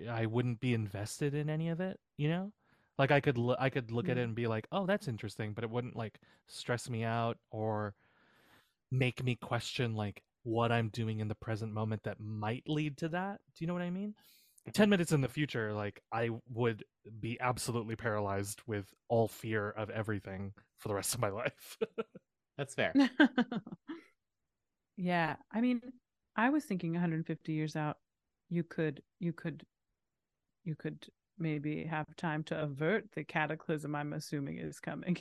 S2: I wouldn't be invested in any of it, you know? Like I could lo- I could look at it
S1: Mm.
S2: and be like, "Oh, that's interesting," but it wouldn't like stress me out or make me question like what I'm doing in the present moment that might lead to that. Do you know what I mean? 10 minutes in the future, like I would be absolutely paralyzed with all fear of everything for the rest of my life.
S3: That's fair.
S1: yeah, I mean, I was thinking 150 years out. You could, you could, you could maybe have time to avert the cataclysm. I'm assuming is coming.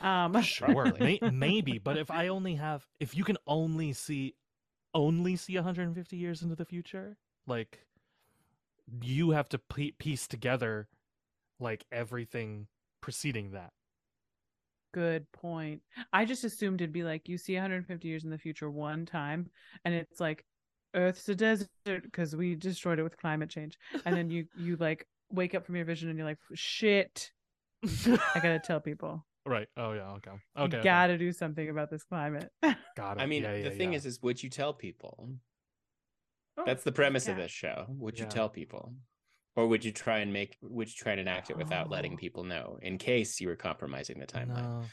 S1: um,
S2: sure may- maybe but if i only have if you can only see only see 150 years into the future like you have to pie- piece together like everything preceding that
S1: Good point. I just assumed it'd be like you see 150 years in the future one time, and it's like Earth's a desert because we destroyed it with climate change. And then you you like wake up from your vision and you're like, shit, I gotta tell people,
S2: right oh yeah okay okay okay.
S1: gotta do something about this climate.
S2: got it
S3: I mean,
S2: Yeah,
S3: the
S2: yeah,
S3: thing
S2: yeah.
S3: is, is would you tell people? That's the premise of
S1: Oh, yeah.
S3: this show. Would you
S2: Yeah.
S3: tell people? Or would you try and make would you try and enact it without letting
S1: Oh.
S3: people know in case you were compromising the timeline?
S2: no,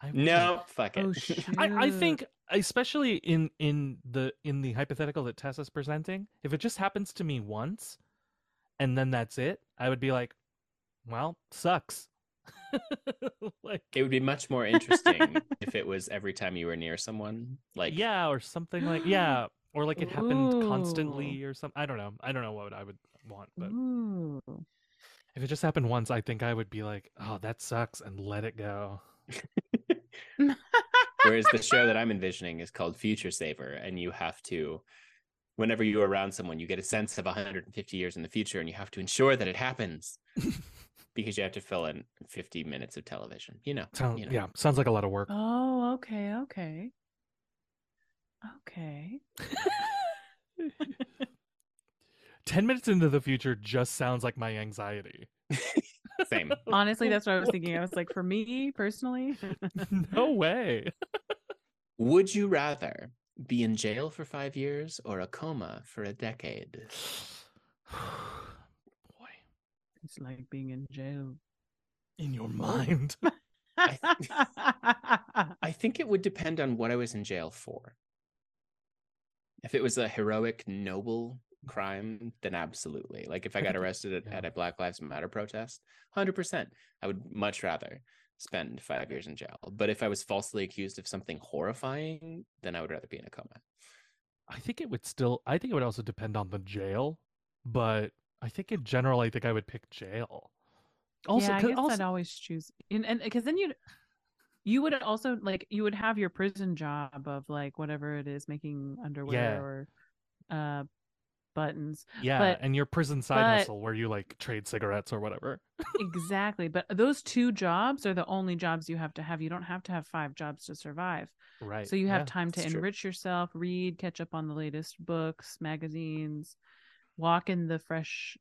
S2: I
S3: No,
S2: wouldn't.
S3: fuck it.
S1: Oh shoot!
S2: I, I
S4: Mm.
S2: think especially in in the in the hypothetical that Tessa's presenting, if it just happens to me once and then that's it, I would be like, well, sucks.
S4: like
S3: It would be much more interesting if it was every time you were near someone. Like,
S2: yeah, or something like yeah, or like it happened constantly
S1: Ooh. Mm-hmm.
S2: or something. I don't know. I don't know what I would want, but
S1: Ooh.
S2: if it just happened once, I think I would be like, "Oh, that sucks," and let it go.
S3: Whereas the show that I'm envisioning is called Future Saver, and you have to, whenever you're around someone, you get a sense of 150 years in the future, and you have to ensure that it happens because you have to fill in 50 minutes of television. You know,
S2: Sound,
S3: you know.
S2: yeah, sounds like a lot of work.
S1: Oh, okay, okay. Okay.
S2: Ten minutes into the future just sounds like my anxiety.
S3: same.
S1: Honestly, that's what I was thinking. I was like, for me personally,
S2: no way.
S3: Would you rather be in jail for five years or a coma for a decade?
S2: Boy,
S1: it's like being in jail.
S2: in your mind.
S3: I think it would depend on what I was in jail for. If it was a heroic, noble crime, then absolutely. Like if I
S2: I
S3: got
S2: think it-
S3: arrested at, at
S2: yeah.
S3: a Black Lives Matter protest, 100%. I would much rather spend five years in jail. But if I was falsely accused of something horrifying, then I would rather be in a coma.
S2: I think it would still. I think it would also depend on the jail, but I think in general, I think I would pick jail. Also,
S1: yeah, I
S2: 'cause-
S1: guess
S2: also
S1: I'd always choose, and and because then you'd you would also like you would have your prison job of like whatever it is making
S2: Yeah.
S1: underwear or uh buttons
S2: yeah,
S1: but-
S2: and your prison side
S1: but-
S2: hustle where you like trade cigarettes or whatever.
S1: exactly but those two jobs are the only jobs you have to have you don't have to have five jobs to survive
S2: Right.
S1: so you have
S2: yeah.
S1: time to
S3: that's true.
S1: enrich yourself read catch up on the latest books magazines walk in the fresh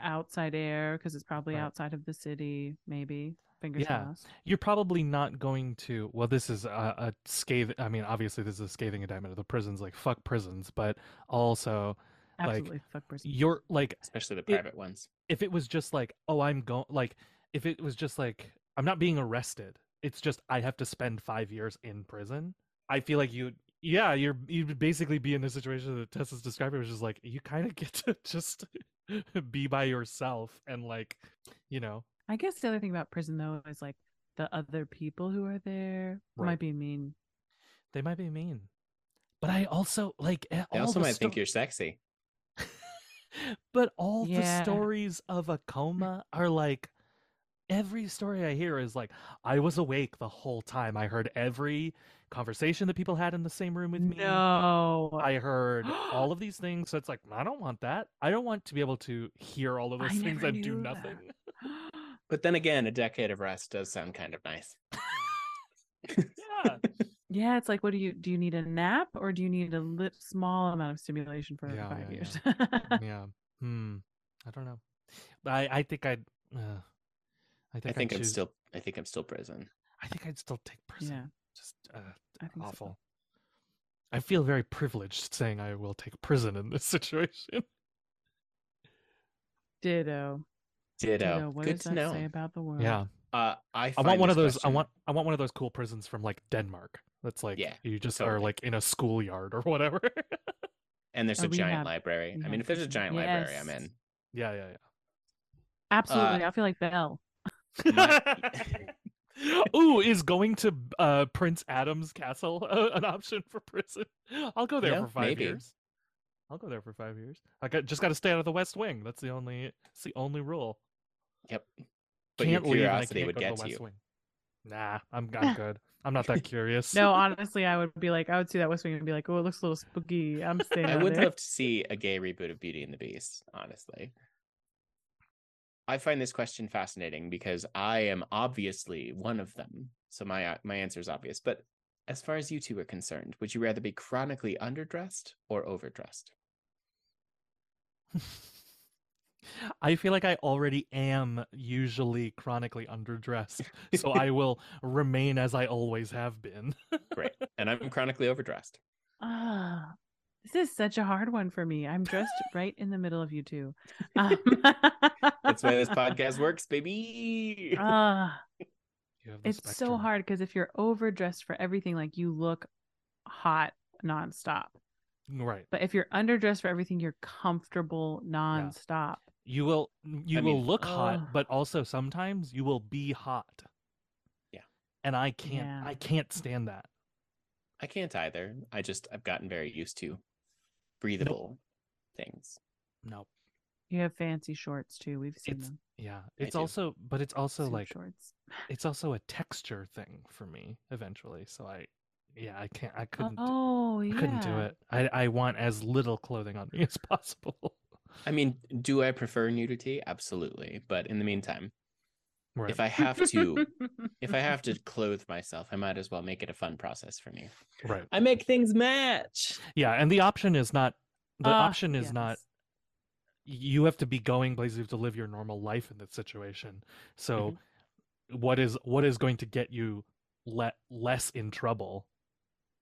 S1: outside air because it's probably
S2: Right.
S1: outside of the city maybe fingers
S2: Yeah.
S1: crossed
S2: You're probably not going to. Well, this is a, a scathing. I mean, obviously, this is a scathing indictment of the prisons. Like, fuck prisons, but also Like,
S1: absolutely fuck prison
S2: you're like
S3: Especially the
S2: It-
S3: private ones.
S2: if it was just like, oh, I'm going, like, if it was just like, I'm not being arrested. It's just I have to spend five years in prison. I feel like you, yeah, you're you'd basically be in the situation that Tess is describing, which is like you kind of get to just be by yourself and like, you know,
S1: I guess the other thing about prison though is like the other people who are there
S2: Right.
S1: might be mean.
S2: they might be mean. But I also like eh,
S3: They
S2: all
S3: also
S2: the
S3: might think
S2: sto-
S3: you're sexy.
S2: but all the
S1: Yeah. Mm.
S2: stories of a coma are like every story I hear is like I was awake the whole time. I heard every conversation that people had in the same room with me.
S1: No,
S2: I heard all of these things. So it's like I don't want that. I don't want to be able to hear all of
S1: I
S2: those things
S1: never
S2: and do
S1: knew that.
S2: nothing.
S3: But then again, a decade of rest does sound kind of nice.
S2: Yeah.
S1: yeah, it's like, what do you do? You need a nap, or do you need a lit, small amount of stimulation for
S2: Yeah,
S1: five
S2: yeah,
S1: years?
S2: yeah. Hmm. I don't know. But I I think I'd uh, I
S3: I
S2: think,
S3: think
S2: I'd
S3: I'm
S2: choose-
S3: still I think I'm still prison.
S2: I think I'd still take prison.
S1: yeah,
S2: Just uh
S1: I think so.
S2: awful. I feel very privileged saying I will take prison in this situation.
S1: Ditto.
S3: Ditto.
S1: What
S3: Good
S1: does
S3: to
S1: that
S3: know.
S1: say about the world?
S2: Yeah,
S3: Uh, I,
S2: I want
S3: find
S2: one of
S3: this
S2: those.
S3: question-
S2: I want I want one of those cool prisons from like Denmark. That's like
S3: Yeah,
S2: you just are
S3: totally.
S2: like in a schoolyard or whatever.
S3: and there's
S1: a
S3: a, giant
S1: rehab-
S3: library. I mean,
S1: rehab
S3: if there's a
S1: prison.
S3: giant library, I'm
S1: Yes.
S3: in.
S2: yeah, yeah,
S1: absolutely. I feel like Belle.
S2: yeah. Ooh, is going to uh, Prince Adam's castle uh, an option for prison? I'll go there
S3: Yeah,
S2: for five
S3: maybe.
S2: years. I'll go there for five years. I got just got to stay out of the West Wing. That's the only. It's the only rule.
S3: But
S2: can't
S3: your
S2: leave. and I
S3: curiosity
S2: can't
S3: would
S2: go to
S3: get
S2: the
S3: to
S2: West
S3: you.
S2: Wing. Nah, I'm I'm good. I'm not that curious.
S1: Ah. No, honestly, I would be like, I would see that West Wing and be like, oh, it looks a little spooky. I'm staying.
S3: I
S1: out
S3: would
S1: there.
S3: love to see a gay reboot of Beauty and the Beast, honestly. I find this question fascinating because I am obviously one of them. So my my answer is obvious. But as far as you two are concerned, would you rather be chronically underdressed or overdressed?
S2: I feel like I already am usually chronically underdressed, so I will remain as I always have been.
S3: Great. And I'm chronically overdressed.
S1: Ah, this is such a hard one for me. I'm dressed right in the middle of you two. Um,
S3: That's why this podcast works, baby.
S1: Ah,
S2: You have the
S1: it's so
S2: spectrum.
S1: hard because if you're overdressed for everything, like you look hot nonstop.
S2: right?
S1: But if you're underdressed for everything, you're comfortable nonstop.
S2: You will you
S3: I
S2: will
S3: mean-
S2: look
S1: Ugh.
S2: hot, but also sometimes you will be hot.
S3: Yeah.
S2: And I can't
S1: Yeah.
S2: I can't stand that.
S3: I can't either. I just I've gotten very used to breathable things.
S2: No.
S1: You have fancy shorts too. We've seen
S2: It's
S1: them.
S2: Yeah. It's
S3: do.
S2: also but it's also
S1: Suit
S2: like
S1: shorts.
S2: it's also a texture thing for me eventually. So I yeah, I can't
S3: Uh,
S2: I couldn't do-
S1: Oh
S2: I
S1: yeah.
S2: couldn't do it. I I want as little clothing on me as possible.
S3: I mean, do I prefer nudity? Absolutely. But in the meantime,
S2: Right.
S3: if I have to if I have to clothe myself, I might as well make it a fun process for me.
S2: right.
S3: I make things match.
S2: Yeah, and the option is not
S3: Uh,
S2: the
S1: Ah,
S2: option is not
S1: yes.
S2: you have to be going places you have to live your normal life in that situation. So what is what is going to get you le- less in trouble?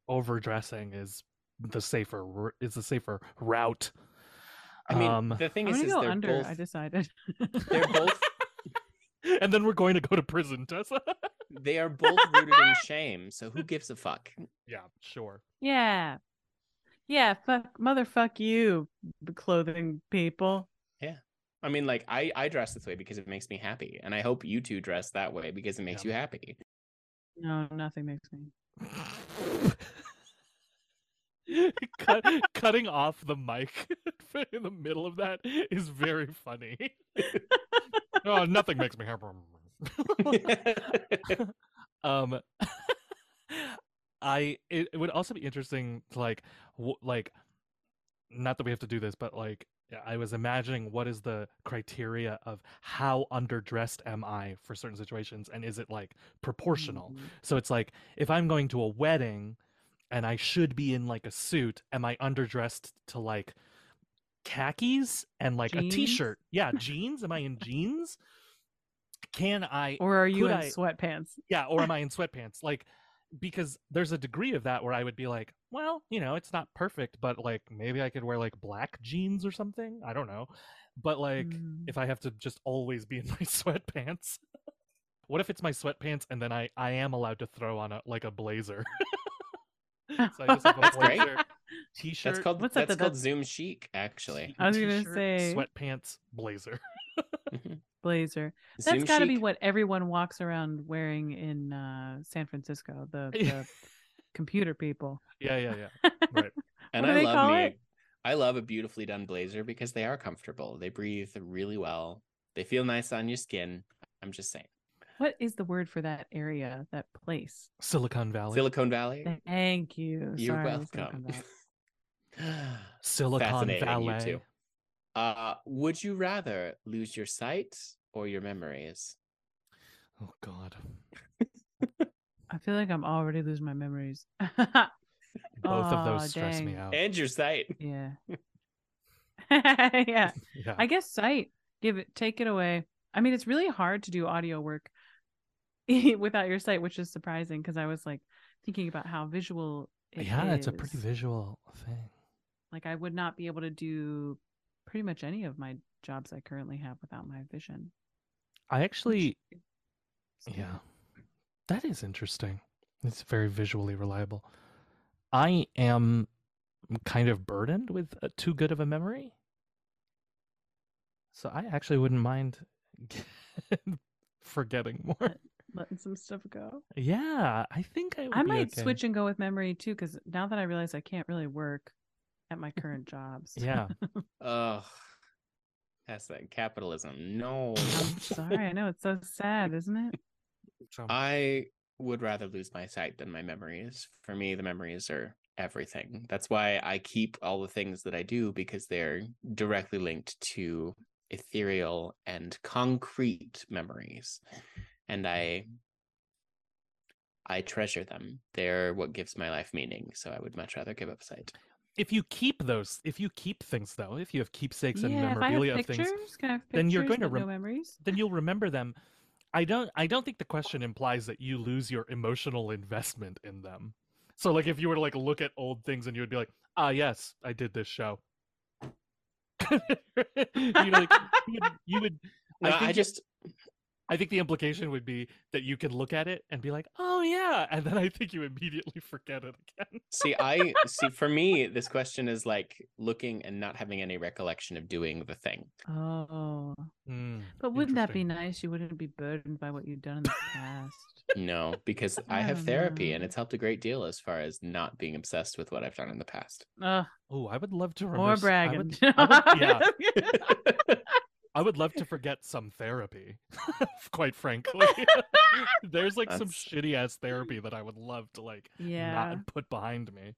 S2: Overdressing is the safer r- is the safer route.
S3: I mean,
S2: Um,
S3: the thing
S1: I'm
S3: is,
S1: gonna
S3: is
S1: go
S3: they're
S1: under.
S3: both
S1: I decided.
S3: they're both
S2: and then we're going to go to prison, Tessa.
S3: they are both rooted in shame. So who gives a fuck?
S2: yeah, sure.
S1: yeah. Yeah. Fuck. Motherfuck you, the clothing people.
S3: I mean, like I I dress this way because it makes me happy, and I hope you two dress that way because it makes
S2: Yeah.
S3: you happy.
S1: No, nothing makes me.
S2: Cut, cutting off the mic in the middle of that is very funny. oh, nothing makes me happy. um, I it, it would also be interesting to like w- like not that we have to do this, but like I was imagining what is the criteria of how underdressed am I for certain situations, and is it like proportional?
S1: Mm.
S2: So it's like if I'm going to a wedding and I should be in like a suit, am I underdressed to like khakis and like a
S1: Jeans?
S2: t-shirt? Yeah, jeans. Am I in jeans? Can I
S1: Or are you
S2: Could
S1: in
S2: I-
S1: sweatpants?
S2: yeah, or am I in sweatpants? Like because there's a degree of that where I would be like, well, you know, it's not perfect, but like maybe I could wear like black jeans or something. I don't know. But like
S1: Mm.
S2: if I have to just always be in my sweatpants? what if it's my sweatpants and then I I am allowed to throw on a like a blazer? so I just have a
S3: That's great.
S2: blazer, t-shirt.
S3: That's called
S1: What's that-
S3: that's
S1: that-
S3: called Zoom chic, actually.
S1: I was gonna
S2: t-shirt,
S1: say-
S2: sweatpants, blazer.
S3: Mhm.
S1: blazer. That's
S3: Zoom
S1: got to be
S3: chic.
S1: what everyone walks around wearing in uh, San Francisco. The, the computer people.
S2: Yeah, yeah, yeah.
S3: And
S1: What do
S3: I
S1: they
S3: love
S1: call
S3: me.
S1: it?
S3: I love a beautifully done blazer because they are comfortable. They breathe really well. They feel nice on your skin. I'm just saying.
S1: What is the word for that area? That place?
S2: Silicon Valley.
S3: Silicon Valley.
S1: Thank you.
S3: You're
S1: Sorry, I was gonna come
S3: welcome.
S1: back.
S2: Silicon
S3: Fascinating,
S2: Valley.
S3: you two. Uh, would you rather lose your sight or your memories?
S2: Oh god.
S1: I feel like I'm already losing my memories.
S2: Both of
S1: Aw,
S2: those stress me
S1: dang.
S2: out.
S3: And your sight.
S1: yeah. yeah.
S2: yeah.
S1: I guess sight. Give it take it away. I mean, it's really hard to do audio work without your sight, which is surprising because I was like thinking about how visual it
S2: yeah, it's a pretty
S1: is.
S2: visual thing.
S1: like I would not be able to do pretty much any of my jobs I currently have without my vision.
S2: I actually
S1: So-
S2: Yeah. That is interesting. It's very visually reliable. I am kind of burdened with uh too good of a memory. So I actually wouldn't mind forgetting more.
S1: Letting some stuff go.
S2: Yeah, I think I would
S1: Uh, I
S2: be
S1: might
S2: okay.
S1: switch and go with memory too, because now that I realize I can't really work at my current jobs.
S2: Yeah.
S3: Ugh. That's that capitalism. No.
S1: I'm sorry. I know it's so sad, isn't it?
S2: So-
S3: I would rather lose my sight than my memories. For me, the memories are everything. That's why I keep all the things that I do because they're directly linked to ethereal and concrete memories. And
S2: Mm-hmm.
S3: I I treasure them. They're what gives my life meaning. So I would much rather give up sight.
S2: if you keep those, if you keep things though, if you have keepsakes and
S1: yeah. If I
S2: memorabilia
S1: have
S2: of things,
S1: pictures, can I have
S2: then you're
S1: pictures
S2: going to
S1: but no
S2: rem-
S1: memories.
S2: then you'll remember them. I don't I don't think the question implies that you lose your emotional investment in them. So like if you were to like look at old things and you would be like, ah yes, I did this show. you, like, you would, you would
S3: No, I,
S2: think it-
S3: just
S2: I think the implication would be that you could look at it and be like, "Oh yeah," and then I think you immediately forget it again.
S3: See, I see for me, this question is like looking and not having any recollection of doing the thing.
S4: Oh,
S3: Hmm,
S4: but wouldn't that be nice? You wouldn't be burdened by what you've done in the past.
S3: No, because I
S4: I
S3: have
S4: don't
S3: therapy and
S2: Um.
S4: know.
S3: it's helped a great deal as far as not being obsessed with what I've done in the past.
S4: Ugh,
S2: Oh, I would love to remember.
S4: more
S2: s- I would-
S4: bragging.
S2: I I would love to forget some therapy, quite frankly. There's like some
S3: That's-
S2: shitty ass therapy that I would love to like
S4: yeah.
S2: not put behind me.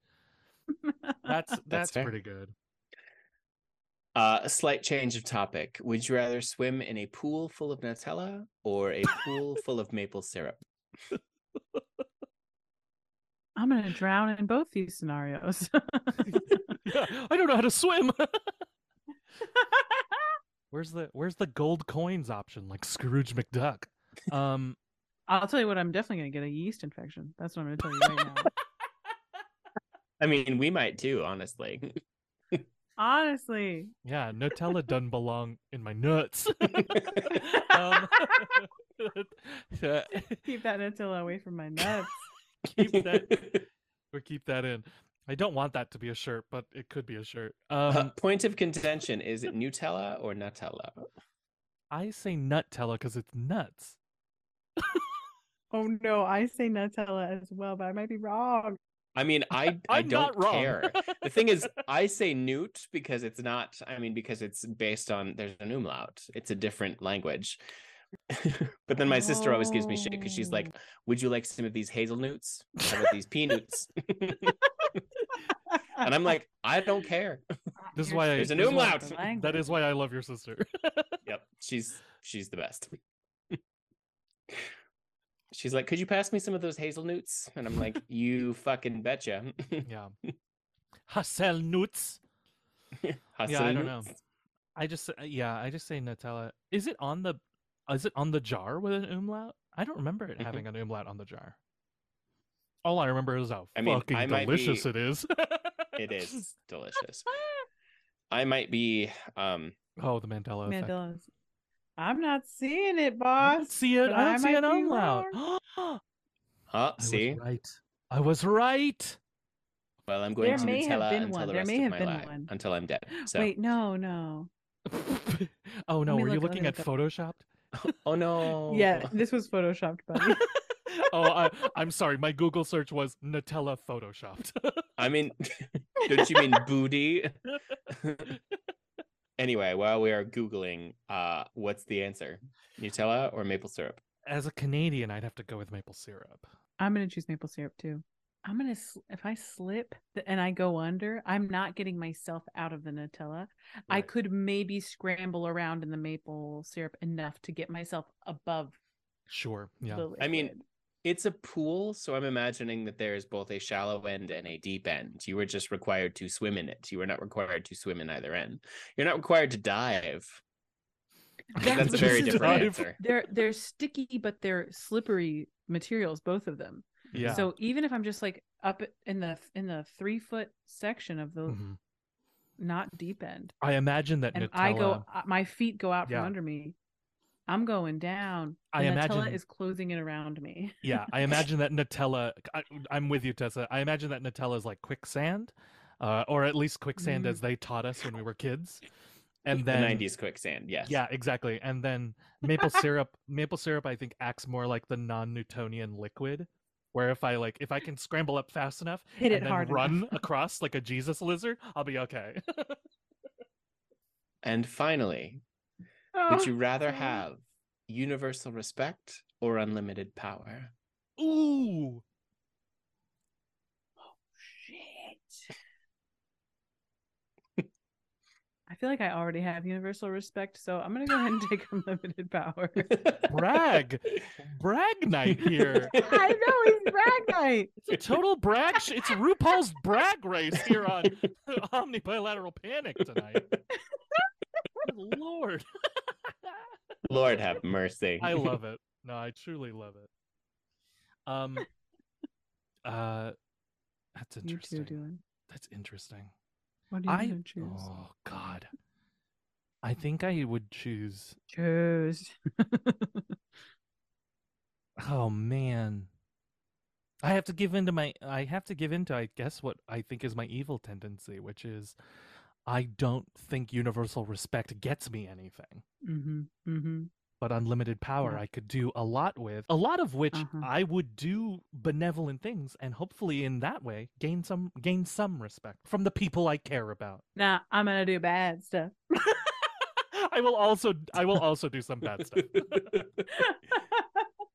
S2: That's that's,
S3: fair.
S2: pretty good.
S3: Uh, a slight change of topic. Would you rather swim in a pool full of Nutella or a pool full of maple syrup?
S4: I'm gonna drown in both these scenarios.
S2: Yeah, I don't know how to swim. Where's the where's the gold coins option like Scrooge McDuck? Um
S4: I'll tell you what, I'm definitely gonna get a yeast infection. That's what I'm gonna tell you right now.
S3: I mean, we might too, honestly.
S4: Honestly.
S2: yeah, Nutella doesn't belong in my nuts. um, yeah,
S4: Keep that Nutella away from my nuts.
S2: keep that or keep that in. I don't want that to be a shirt, but it could be a shirt.
S3: Uh,
S2: Um,
S3: point of contention is it Nutella or Nutella?
S2: I say Nutella because it's nuts.
S4: oh no, I say Nutella as well, but I might be wrong.
S3: I mean, I I
S2: I'm
S3: don't
S2: not wrong.
S3: care. The thing is, I say newt because it's not. I mean, because it's based on there's an umlaut. It's a different language. but then my sister always gives me shit because she's like,
S2: Oh.
S3: "Would you like some of these hazelnuts? How about these peanuts?" and I'm like, "I don't care."
S2: This is why I-
S3: There's an
S2: this is why-
S3: umlaut.
S2: that is why I love your sister.
S3: Yep, she's she's the best. She's like, "Could you pass me some of those hazelnuts?" And I'm like, "You fucking betcha."
S2: yeah. Haselnuts. Yeah, I don't know.
S3: Hazelnuts.
S2: I just uh, yeah, I just say Nutella. Is it on the is it on the jar with an umlaut? I don't remember it
S3: Mhm.
S2: having an umlaut on the jar. All I remember is how
S3: I mean,
S2: fucking
S3: I might
S2: delicious
S3: be-
S2: it is.
S3: It is delicious. I might be um
S2: Oh, the Mandela effect.
S4: Mandela's. I'm not seeing it,
S2: I don't
S4: boss.
S2: see it.
S4: but
S2: I don't
S4: I
S2: see
S4: might
S2: an
S4: be
S2: umlaut. I
S3: uh, see.
S2: was right. I was right.
S3: Well, I'm going
S4: There
S3: to
S4: may have
S3: Nutella
S4: been
S3: until
S4: one.
S3: the
S4: There
S3: rest
S4: may
S3: of
S4: have
S3: my
S4: been
S3: life
S4: one.
S3: until I'm dead. So,
S4: Wait, no, no.
S2: oh no,
S4: me
S2: were you
S4: look, let me
S2: looking at
S4: look
S2: photoshopped?
S3: oh no.
S4: Yeah, this was photoshopped, buddy.
S2: oh, I, I'm sorry. My Google search was Nutella photoshopped.
S3: I mean, don't you mean booty? anyway, while we are googling, uh, what's the answer? Nutella or maple syrup?
S2: As a Canadian, I'd have to go with maple syrup.
S4: I'm gonna choose maple syrup too. I'm gonna sl- if I slip th- and I go under, I'm not getting myself out of the Nutella. I
S2: Right.
S4: could maybe scramble around in the maple syrup enough to get myself above
S2: Sure. Yeah.
S4: the. Liquid.
S3: I mean, It's a pool, so I'm imagining that there is both a shallow end and a deep end. You were just required to swim in it. You were not required to swim in either end. You're not required to dive. That's a
S4: what
S3: very
S4: this is
S3: different
S4: about.
S3: answer.
S4: They're they're sticky, but they're slippery materials, both of them.
S2: Yeah.
S4: So even if I'm just like up in the in the three foot section of the
S2: Mhm.
S4: not deep end,
S2: I imagine that
S4: and
S2: Nutella.
S4: I go, uh, my feet go out
S2: Yeah.
S4: from under me. I'm going down.
S2: I
S4: The
S2: imagine-
S4: Nutella is closing it around me.
S2: yeah, I imagine that Nutella. I, I'm with you, Tessa. I imagine that Nutella is like quicksand, uh, or at least quicksand
S4: Mm.
S2: as they taught us when we were kids. And
S3: The
S2: then
S3: 90s quicksand, yes.
S2: Yeah, exactly. And then maple syrup. Maple syrup, I think, acts more like the non-Newtonian liquid, where if I like, if I can scramble up fast enough
S4: Hit
S2: and
S4: it
S2: then
S4: hard.
S2: run
S4: enough.
S2: across like a Jesus lizard, I'll be okay.
S3: And finally,
S4: Oh,
S3: Would you rather
S4: sorry.
S3: have universal respect or unlimited power?
S2: Ooh,
S4: Shit. I feel like I already have universal respect, so I'm gonna go ahead and take unlimited power.
S2: brag, brag night here.
S4: I know it's brag night.
S2: It's a total brag. Sh- it's RuPaul's brag race here on Omnibilateral Panic tonight. Good Lord,
S3: Lord have mercy.
S2: I love it. No, I truly love it. Um, uh, that's
S4: You two
S2: interesting.
S4: doing?
S2: That's interesting.
S4: What are you
S2: I
S4: gonna choose?
S2: oh god, oh, I think I would choose.
S1: Choose.
S2: Oh man, I have to give into my. I have to give into. I guess what I think is my evil tendency, which is, I don't think universal respect gets me anything.
S1: mm-hmm. Mm-hmm.
S2: But unlimited power,
S1: Yeah.
S2: I could do a lot with. A lot of which
S1: Uh-huh.
S2: I would do benevolent things, and hopefully in that way gain some gain some respect from the people I care about.
S1: Now I'm gonna do bad stuff.
S2: I will also. I will also do some bad stuff.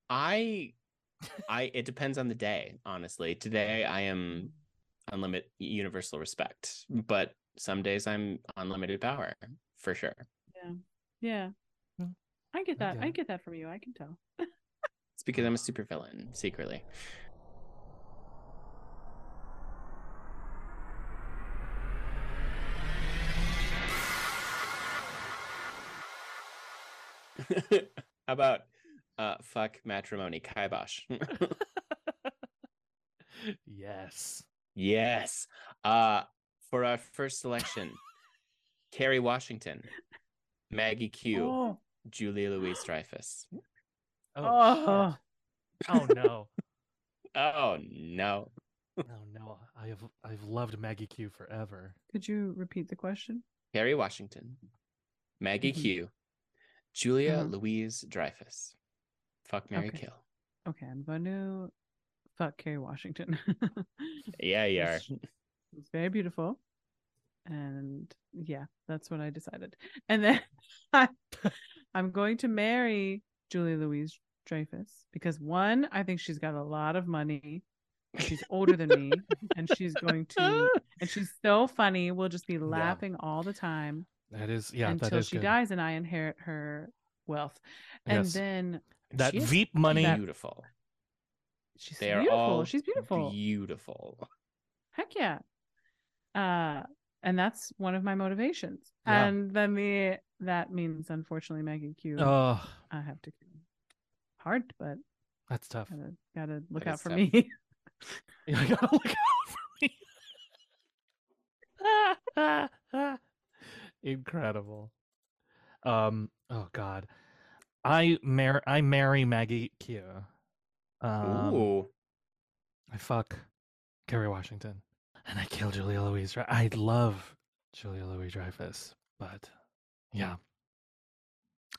S3: I I it depends on the day, honestly. Today I am unlimited universal respect, but some days I'm unlimited power for sure.
S1: yeah.
S2: Mm.
S1: I get that.
S2: Okay.
S1: I get that from you. I can tell.
S3: It's because I'm a super villain secretly. How about uh fuck matrimony kibosh?
S2: yes.
S3: yes. Uh for our first selection, Carrie Washington, Maggie Q,
S1: Oh,
S3: Julia Louise Dreyfus.
S2: Oh.
S1: Ah.
S2: shit. Oh no.
S3: Oh no.
S2: Oh no, I have I've loved Maggie Q forever.
S1: could you repeat the question?
S3: Harry Washington, Maggie
S1: Mhm.
S3: Q, Julia
S1: Uh-huh.
S3: Louise Dreyfus. Fuck Mary
S1: Okay.
S3: Kill.
S1: Okay, I'm going to fuck Carrie Washington.
S3: Yeah, you are.
S1: She's very beautiful. And yeah, that's what I decided. And then I, I'm going to marry Julie Louise Dreyfus because one, I think she's got a lot of money. She's older than me and she's going to and she's so funny. We'll just be laughing all the time
S2: That is yeah, that
S1: until
S2: is
S1: she
S2: good.
S1: dies and I inherit her wealth. And
S2: Yes.
S1: then
S2: that
S3: She is
S2: Veep money.
S3: Beautiful.
S1: she's
S3: They are
S1: beautiful.
S3: all
S1: she's beautiful.
S3: Beautiful.
S1: heck yeah uh and that's one of my motivations
S2: Yeah.
S1: and then the that means unfortunately maggie q I
S2: Oh,
S1: have to hard but
S2: that's tough.
S1: gotta, gotta look
S3: That
S1: out
S3: is
S1: for
S3: tough.
S1: me
S2: I gotta look out for me. Ah, ah, ah. Incredible. Um. Oh God, I mar I marry Maggie Q. Um,
S3: Ooh.
S2: I fuck Kerry Washington and I kill Julia Louise. Dre- I love Julia Louis Dreyfus, but
S1: Mm.
S2: yeah,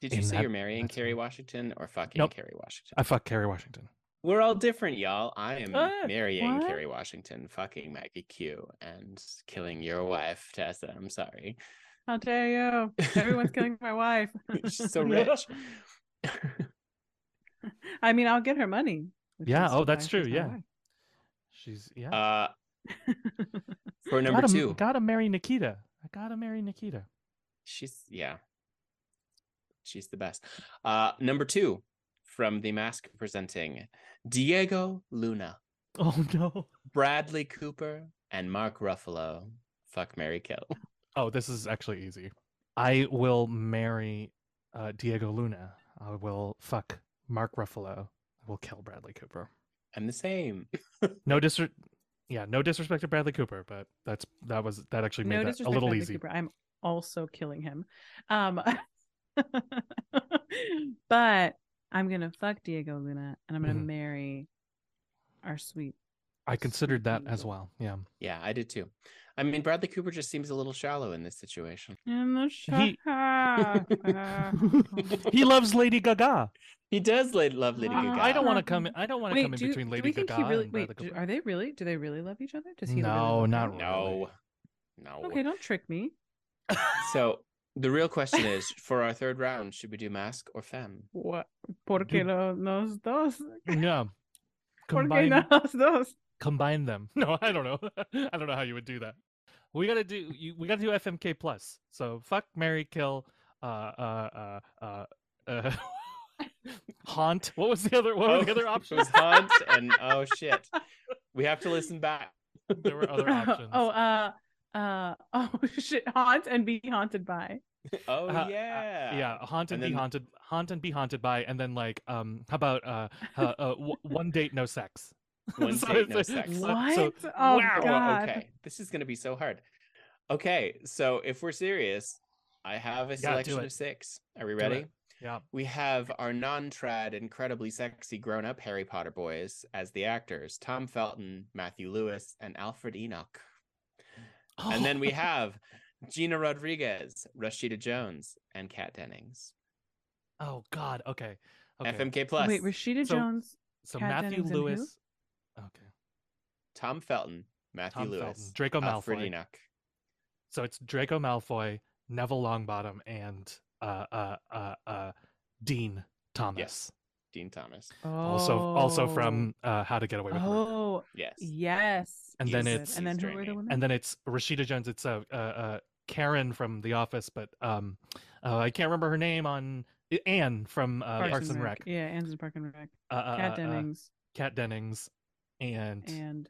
S3: Did you
S2: in
S3: say
S2: that-
S3: you're marrying
S2: that's
S3: Carrie
S2: fine.
S3: Washington or fucking
S2: Nope.
S3: Carrie Washington?
S2: I fuck Kerry Washington.
S3: We're all different, y'all. I am
S4: Oh, yeah.
S3: marrying
S1: Uh, What?
S3: Carrie Washington, fucking Maggie Q, and killing your wife, Tessa. I'm sorry.
S1: how dare you everyone's killing my wife
S3: She's so
S4: Yeah.
S3: rich.
S1: i mean i'll get her money if
S2: Yeah,
S1: she's
S2: oh,
S1: my-
S2: that's
S1: if
S2: true,
S1: she's my
S2: yeah.
S1: wife.
S2: She's yeah.
S3: Uh, for number
S2: gotta,
S3: two,
S2: gotta marry Nikita. I gotta marry Nikita.
S3: She's yeah. She's the best. Uh number 2 from The Mask presenting Diego Luna,
S2: Oh no.
S3: Bradley Cooper, and Mark Ruffalo. Fuck Mary Kill.
S2: Oh, this is actually easy. I will marry uh, Diego Luna. I will fuck Mark Ruffalo. I will kill Bradley Cooper.
S3: I'm the same.
S2: No disre- Yeah, no disrespect to Bradley Cooper, but that's that was that actually made
S1: no
S2: that
S1: disrespect
S2: a little
S1: to Bradley
S2: easy.
S1: Cooper, i'm also killing him um but i'm gonna fuck diego luna and i'm gonna
S2: Mhm.
S1: marry our sweet
S2: I considered that as
S1: Sweet.
S2: well. Yeah.
S3: Yeah, I did too. I mean, Bradley Cooper just seems a little shallow in this situation.
S1: in the
S2: He-
S1: Ah, shower.
S2: he loves Lady Gaga.
S3: He does la- love Lady
S1: Uh,
S3: Gaga.
S2: I don't want to come. I don't want to
S1: Wait,
S2: come in
S1: do,
S2: between
S1: do
S2: Lady
S1: we think
S2: Gaga
S1: he really?
S2: and Bradley
S1: Wait, do,
S2: Cooper.
S1: are they really? Do they really love each other? Does he?
S2: No,
S1: really love
S2: not
S1: her?
S2: really.
S3: No. No.
S1: Okay, don't trick me.
S3: So the real question is for our third round, should we do mask or femme?
S1: What? Porque
S2: Dude.
S1: lo- los dos?
S2: Yeah.
S1: Porque
S2: Combine,
S1: los dos?
S2: combine them. No, I don't know. I don't know how you would do that. We gotta do. You, we gotta do FMK plus. So fuck, Mary, kill, uh, uh, uh, uh, uh haunt. What was the other? What were Oh, the other
S3: It
S2: options?
S3: was Hunt and oh shit. We have to listen back.
S2: There were other options.
S1: oh, uh, uh, oh shit! Haunt and be haunted by.
S3: Oh
S2: Uh, uh,
S3: yeah.
S2: yeah, haunt and,
S3: And
S2: be
S3: then-
S2: haunted, haunt and be haunted by, and then like, um, how about uh, uh, uh w- one date, no sex.
S3: One
S2: So
S3: date, no
S2: it's like-
S3: sex.
S2: so-
S1: What?
S2: so-
S1: oh
S3: Wow.
S1: god.
S3: Okay. This is gonna be so hard. Okay, so if we're serious, I have a
S4: do
S3: selection
S4: it.
S3: of six. Are we
S4: Do
S3: ready?
S4: it. Yeah.
S3: We have our non-trad, incredibly sexy grown-up Harry Potter boys as the actors: Tom Felton, Matthew Lewis, and Alfred Enoch. And then we have Gina Rodriguez, Rashida Jones, and Kat Dennings.
S4: Oh God. Okay. Okay.
S3: FMK Plus.
S1: Wait, Rashida
S4: So-
S1: Jones.
S2: So
S1: Kat
S2: Matthew
S1: Dennings and who?
S2: Lewis. Okay.
S3: Tom Felton, Matthew
S4: Tom
S3: Lewis, Uh,
S2: Felton, Draco
S3: Alfred
S2: Malfoy.
S3: Enoch.
S2: So it's Draco Malfoy, Neville Longbottom, and uh uh uh, uh Dean Thomas.
S3: Dean Thomas.
S2: Also also
S1: Oh.
S2: from uh How to Get Away with Murder.
S1: Oh
S3: Yes.
S1: yes.
S2: And then
S1: Yes.
S2: it's-
S1: and then who were the
S3: Streaming.
S1: women?
S2: And then it's Rashida Jones. It's uh, uh, uh Karen from The Office, but um uh, I can't remember her name on Anne from uh, Parks, and Rec.
S1: Yeah, Anne's in Parks and Rec.
S2: Uh, uh,
S1: Kat
S2: uh, uh,
S1: Dennings
S2: Kat Dennings, and,
S1: and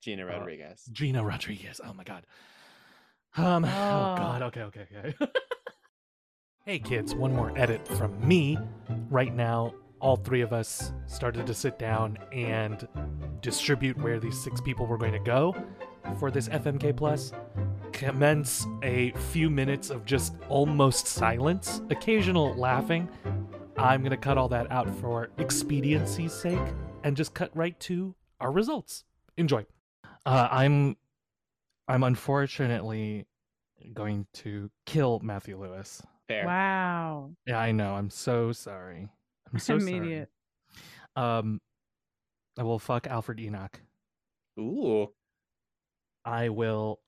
S3: Gina
S2: Uh,
S3: Rodriguez.
S2: Gina Rodriguez. Oh my god. Um. Oh
S1: Oh.
S2: god. Okay. Okay. Okay. hey kids, one more edit from me. Right now, all three of us started to sit down and distribute where these six people were going to go for this FMK Plus. Commence a few minutes of just almost silence, occasional laughing. I'm going to cut all that out for expediency's sake and just cut right to our results. Enjoy. Uh, I'm I'm unfortunately going to kill Matthew Lewis.
S3: Fair.
S1: wow.
S2: Yeah, I know. I'm so sorry. I'm so
S1: Immediate.
S2: sorry. Um, I will fuck Alfred Enoch.
S3: Ooh.
S2: I will.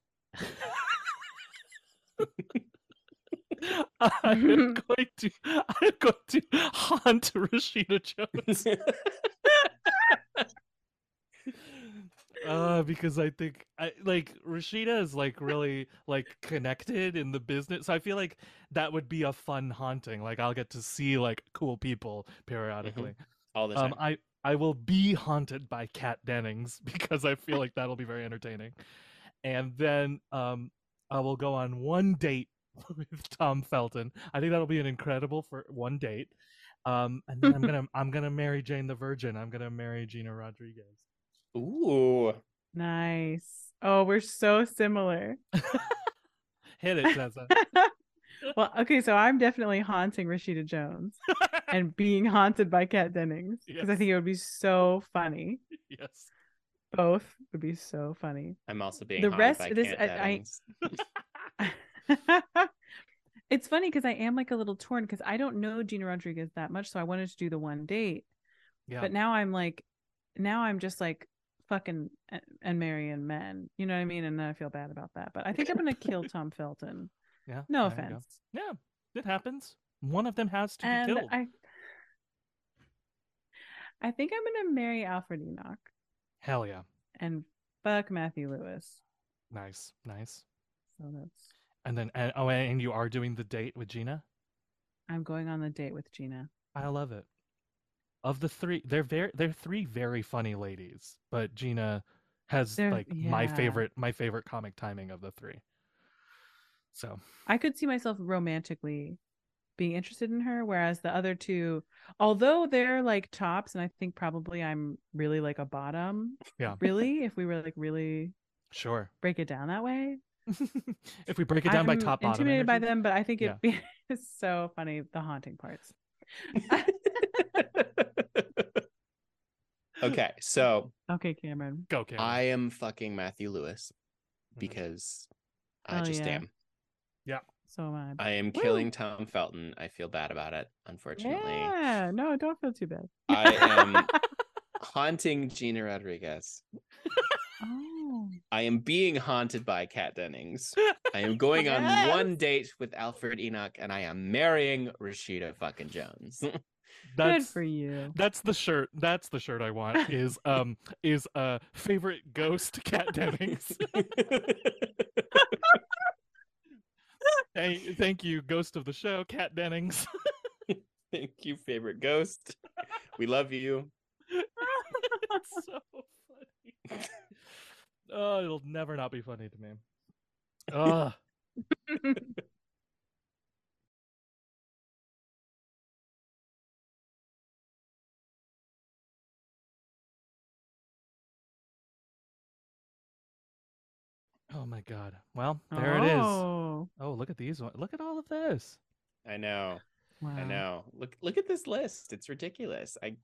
S2: I'm going to. I'm going to haunt Rashida Jones. uh because i think i like rashida is like really like connected in the business so i feel like that would be a fun haunting like i'll get to see like cool people periodically
S3: All the time.
S2: um i i will be haunted by kat dennings because i feel like that'll be very entertaining and then um i will go on one date with tom felton i think that'll be an incredible for one date um and then i'm gonna i'm gonna marry jane the virgin i'm gonna marry gina rodriguez
S3: Ooh.
S1: Nice. Oh, we're so similar.
S2: hit it Tessa.
S1: well, okay, so I'm definitely haunting Rashida Jones and being haunted by Kat Dennings because I
S2: Yes.
S1: think it would be so funny.
S2: yes
S1: Both would be so funny.
S3: I'm also being
S1: The
S3: haunted
S1: rest
S3: by
S1: of this-
S3: Kat
S1: I- I-
S3: Dennings.
S1: it's funny because I am like a little torn because I don't know Gina Rodriguez that much, so I wanted to do the one date,
S2: yeah
S1: but now I'm like, now I'm just like fucking a- and marrying men. You know what I mean? And I feel bad about that, but I think I'm gonna kill Tom Felton.
S2: yeah
S1: No
S2: there you go.
S1: offense.
S2: it happens one of them has to be
S1: And
S2: killed
S1: I, I think I'm gonna marry Alfred Enoch
S2: hell yeah
S1: and fuck Matthew Lewis.
S2: nice nice
S1: So that's
S2: and then and, oh and you are doing the date with gina
S1: I'm going on the date with Gina.
S2: I love it. Of the three, they're very they're three very funny ladies, but Gina has
S1: They're-
S2: like my
S1: yeah.
S2: favorite my favorite comic timing of the three. So
S1: I could see myself romantically being interested in her, whereas the other two, although they're like tops, and I think probably I'm really like a bottom.
S2: Yeah.
S1: Really, if we were like really
S2: sure,
S1: break it down that way.
S2: if we break it down by
S1: I'm
S2: top bottom,
S1: Intimidated by
S2: energy-
S1: them, but I think it'd be it's so funny the haunting parts.
S3: okay, so
S1: Okay, Cameron.
S2: go Cameron.
S3: I am fucking Matthew Lewis
S2: Mhm.
S3: because I
S1: Oh,
S3: just
S1: yeah.
S3: am.
S1: So am I.
S3: I am killing Tom Felton. I feel bad about it, unfortunately.
S1: Yeah. No, don't feel too bad.
S3: I am haunting Gina Rodriguez.
S1: Oh.
S3: I am being haunted by Kat Dennings. I am going on one date with Alfred Enoch, and I am marrying Rashida fucking Jones.
S1: Good for you.
S2: That's the shirt. That's the shirt I want. Is um is uh favorite ghost Cat Dennings. hey, thank you, ghost of the show, Cat Dennings.
S3: Thank you, favorite ghost. We love you.
S2: It's so funny. Oh, it'll never not be funny to me. Ugh. oh my god. Well, there it is.
S1: Oh,
S2: Oh, look at these one. Look at all of this.
S3: I know.
S1: wow.
S4: Uh.
S3: I know. Look look at this list. It's ridiculous. I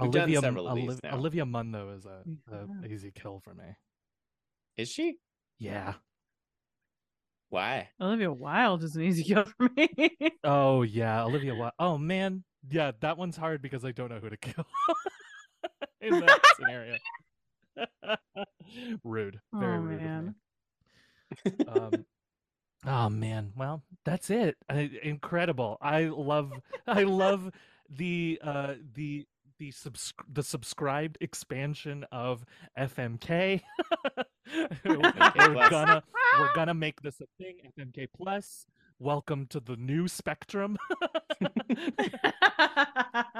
S3: We've done
S2: Olivia
S3: several of these
S2: Oliv-
S3: now.
S2: Olivia Munn though is a,
S1: We
S2: a
S1: have.
S2: easy kill for me.
S3: is she?
S2: Yeah.
S3: Why?
S1: Olivia Wilde is an easy kill for me.
S2: Oh yeah, Olivia. Wi- oh man, yeah, that one's hard because I don't know who to kill in that scenario. rude, very
S1: Oh,
S2: rude.
S1: man.
S2: Of me. Um, oh man, well, that's it. I, incredible. I love. I love the uh the the subs- the subscribed expansion of FMK. we're
S3: Plus.
S2: gonna we're gonna make this a thing. FMK plus. Welcome to the new spectrum.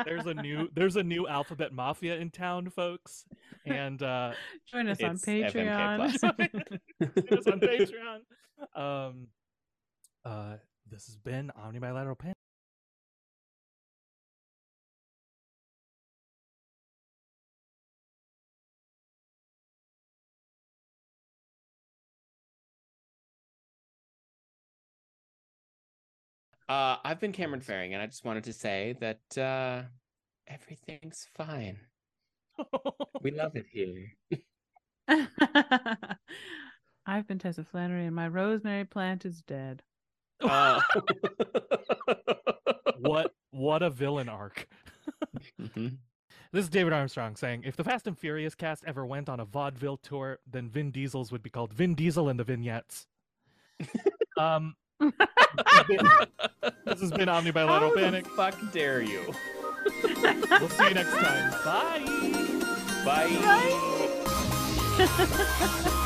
S2: there's a new there's a new alphabet mafia in town, folks, and uh,
S1: Join us on
S3: It's FMK+.
S1: Patreon.
S2: join us on Patreon. Um, uh, this has been Omnibilateral Pan.
S3: Uh, I've been Cameron Faring, and I just wanted to say that uh, everything's fine. We love it here.
S1: I've been Tessa Flannery, and my rosemary plant is dead.
S3: Uh,
S2: what what a villain arc.
S3: Mhm.
S2: This is David Armstrong saying, if the Fast and Furious cast ever went on a vaudeville tour, then Vin Diesel's would be called Vin Diesel and the Vignettes. um, this has been
S3: How
S2: Omnibilateral
S3: the
S2: Panic.
S3: fuck dare you?
S2: We'll see you next time. Bye.
S3: Bye.
S1: Right?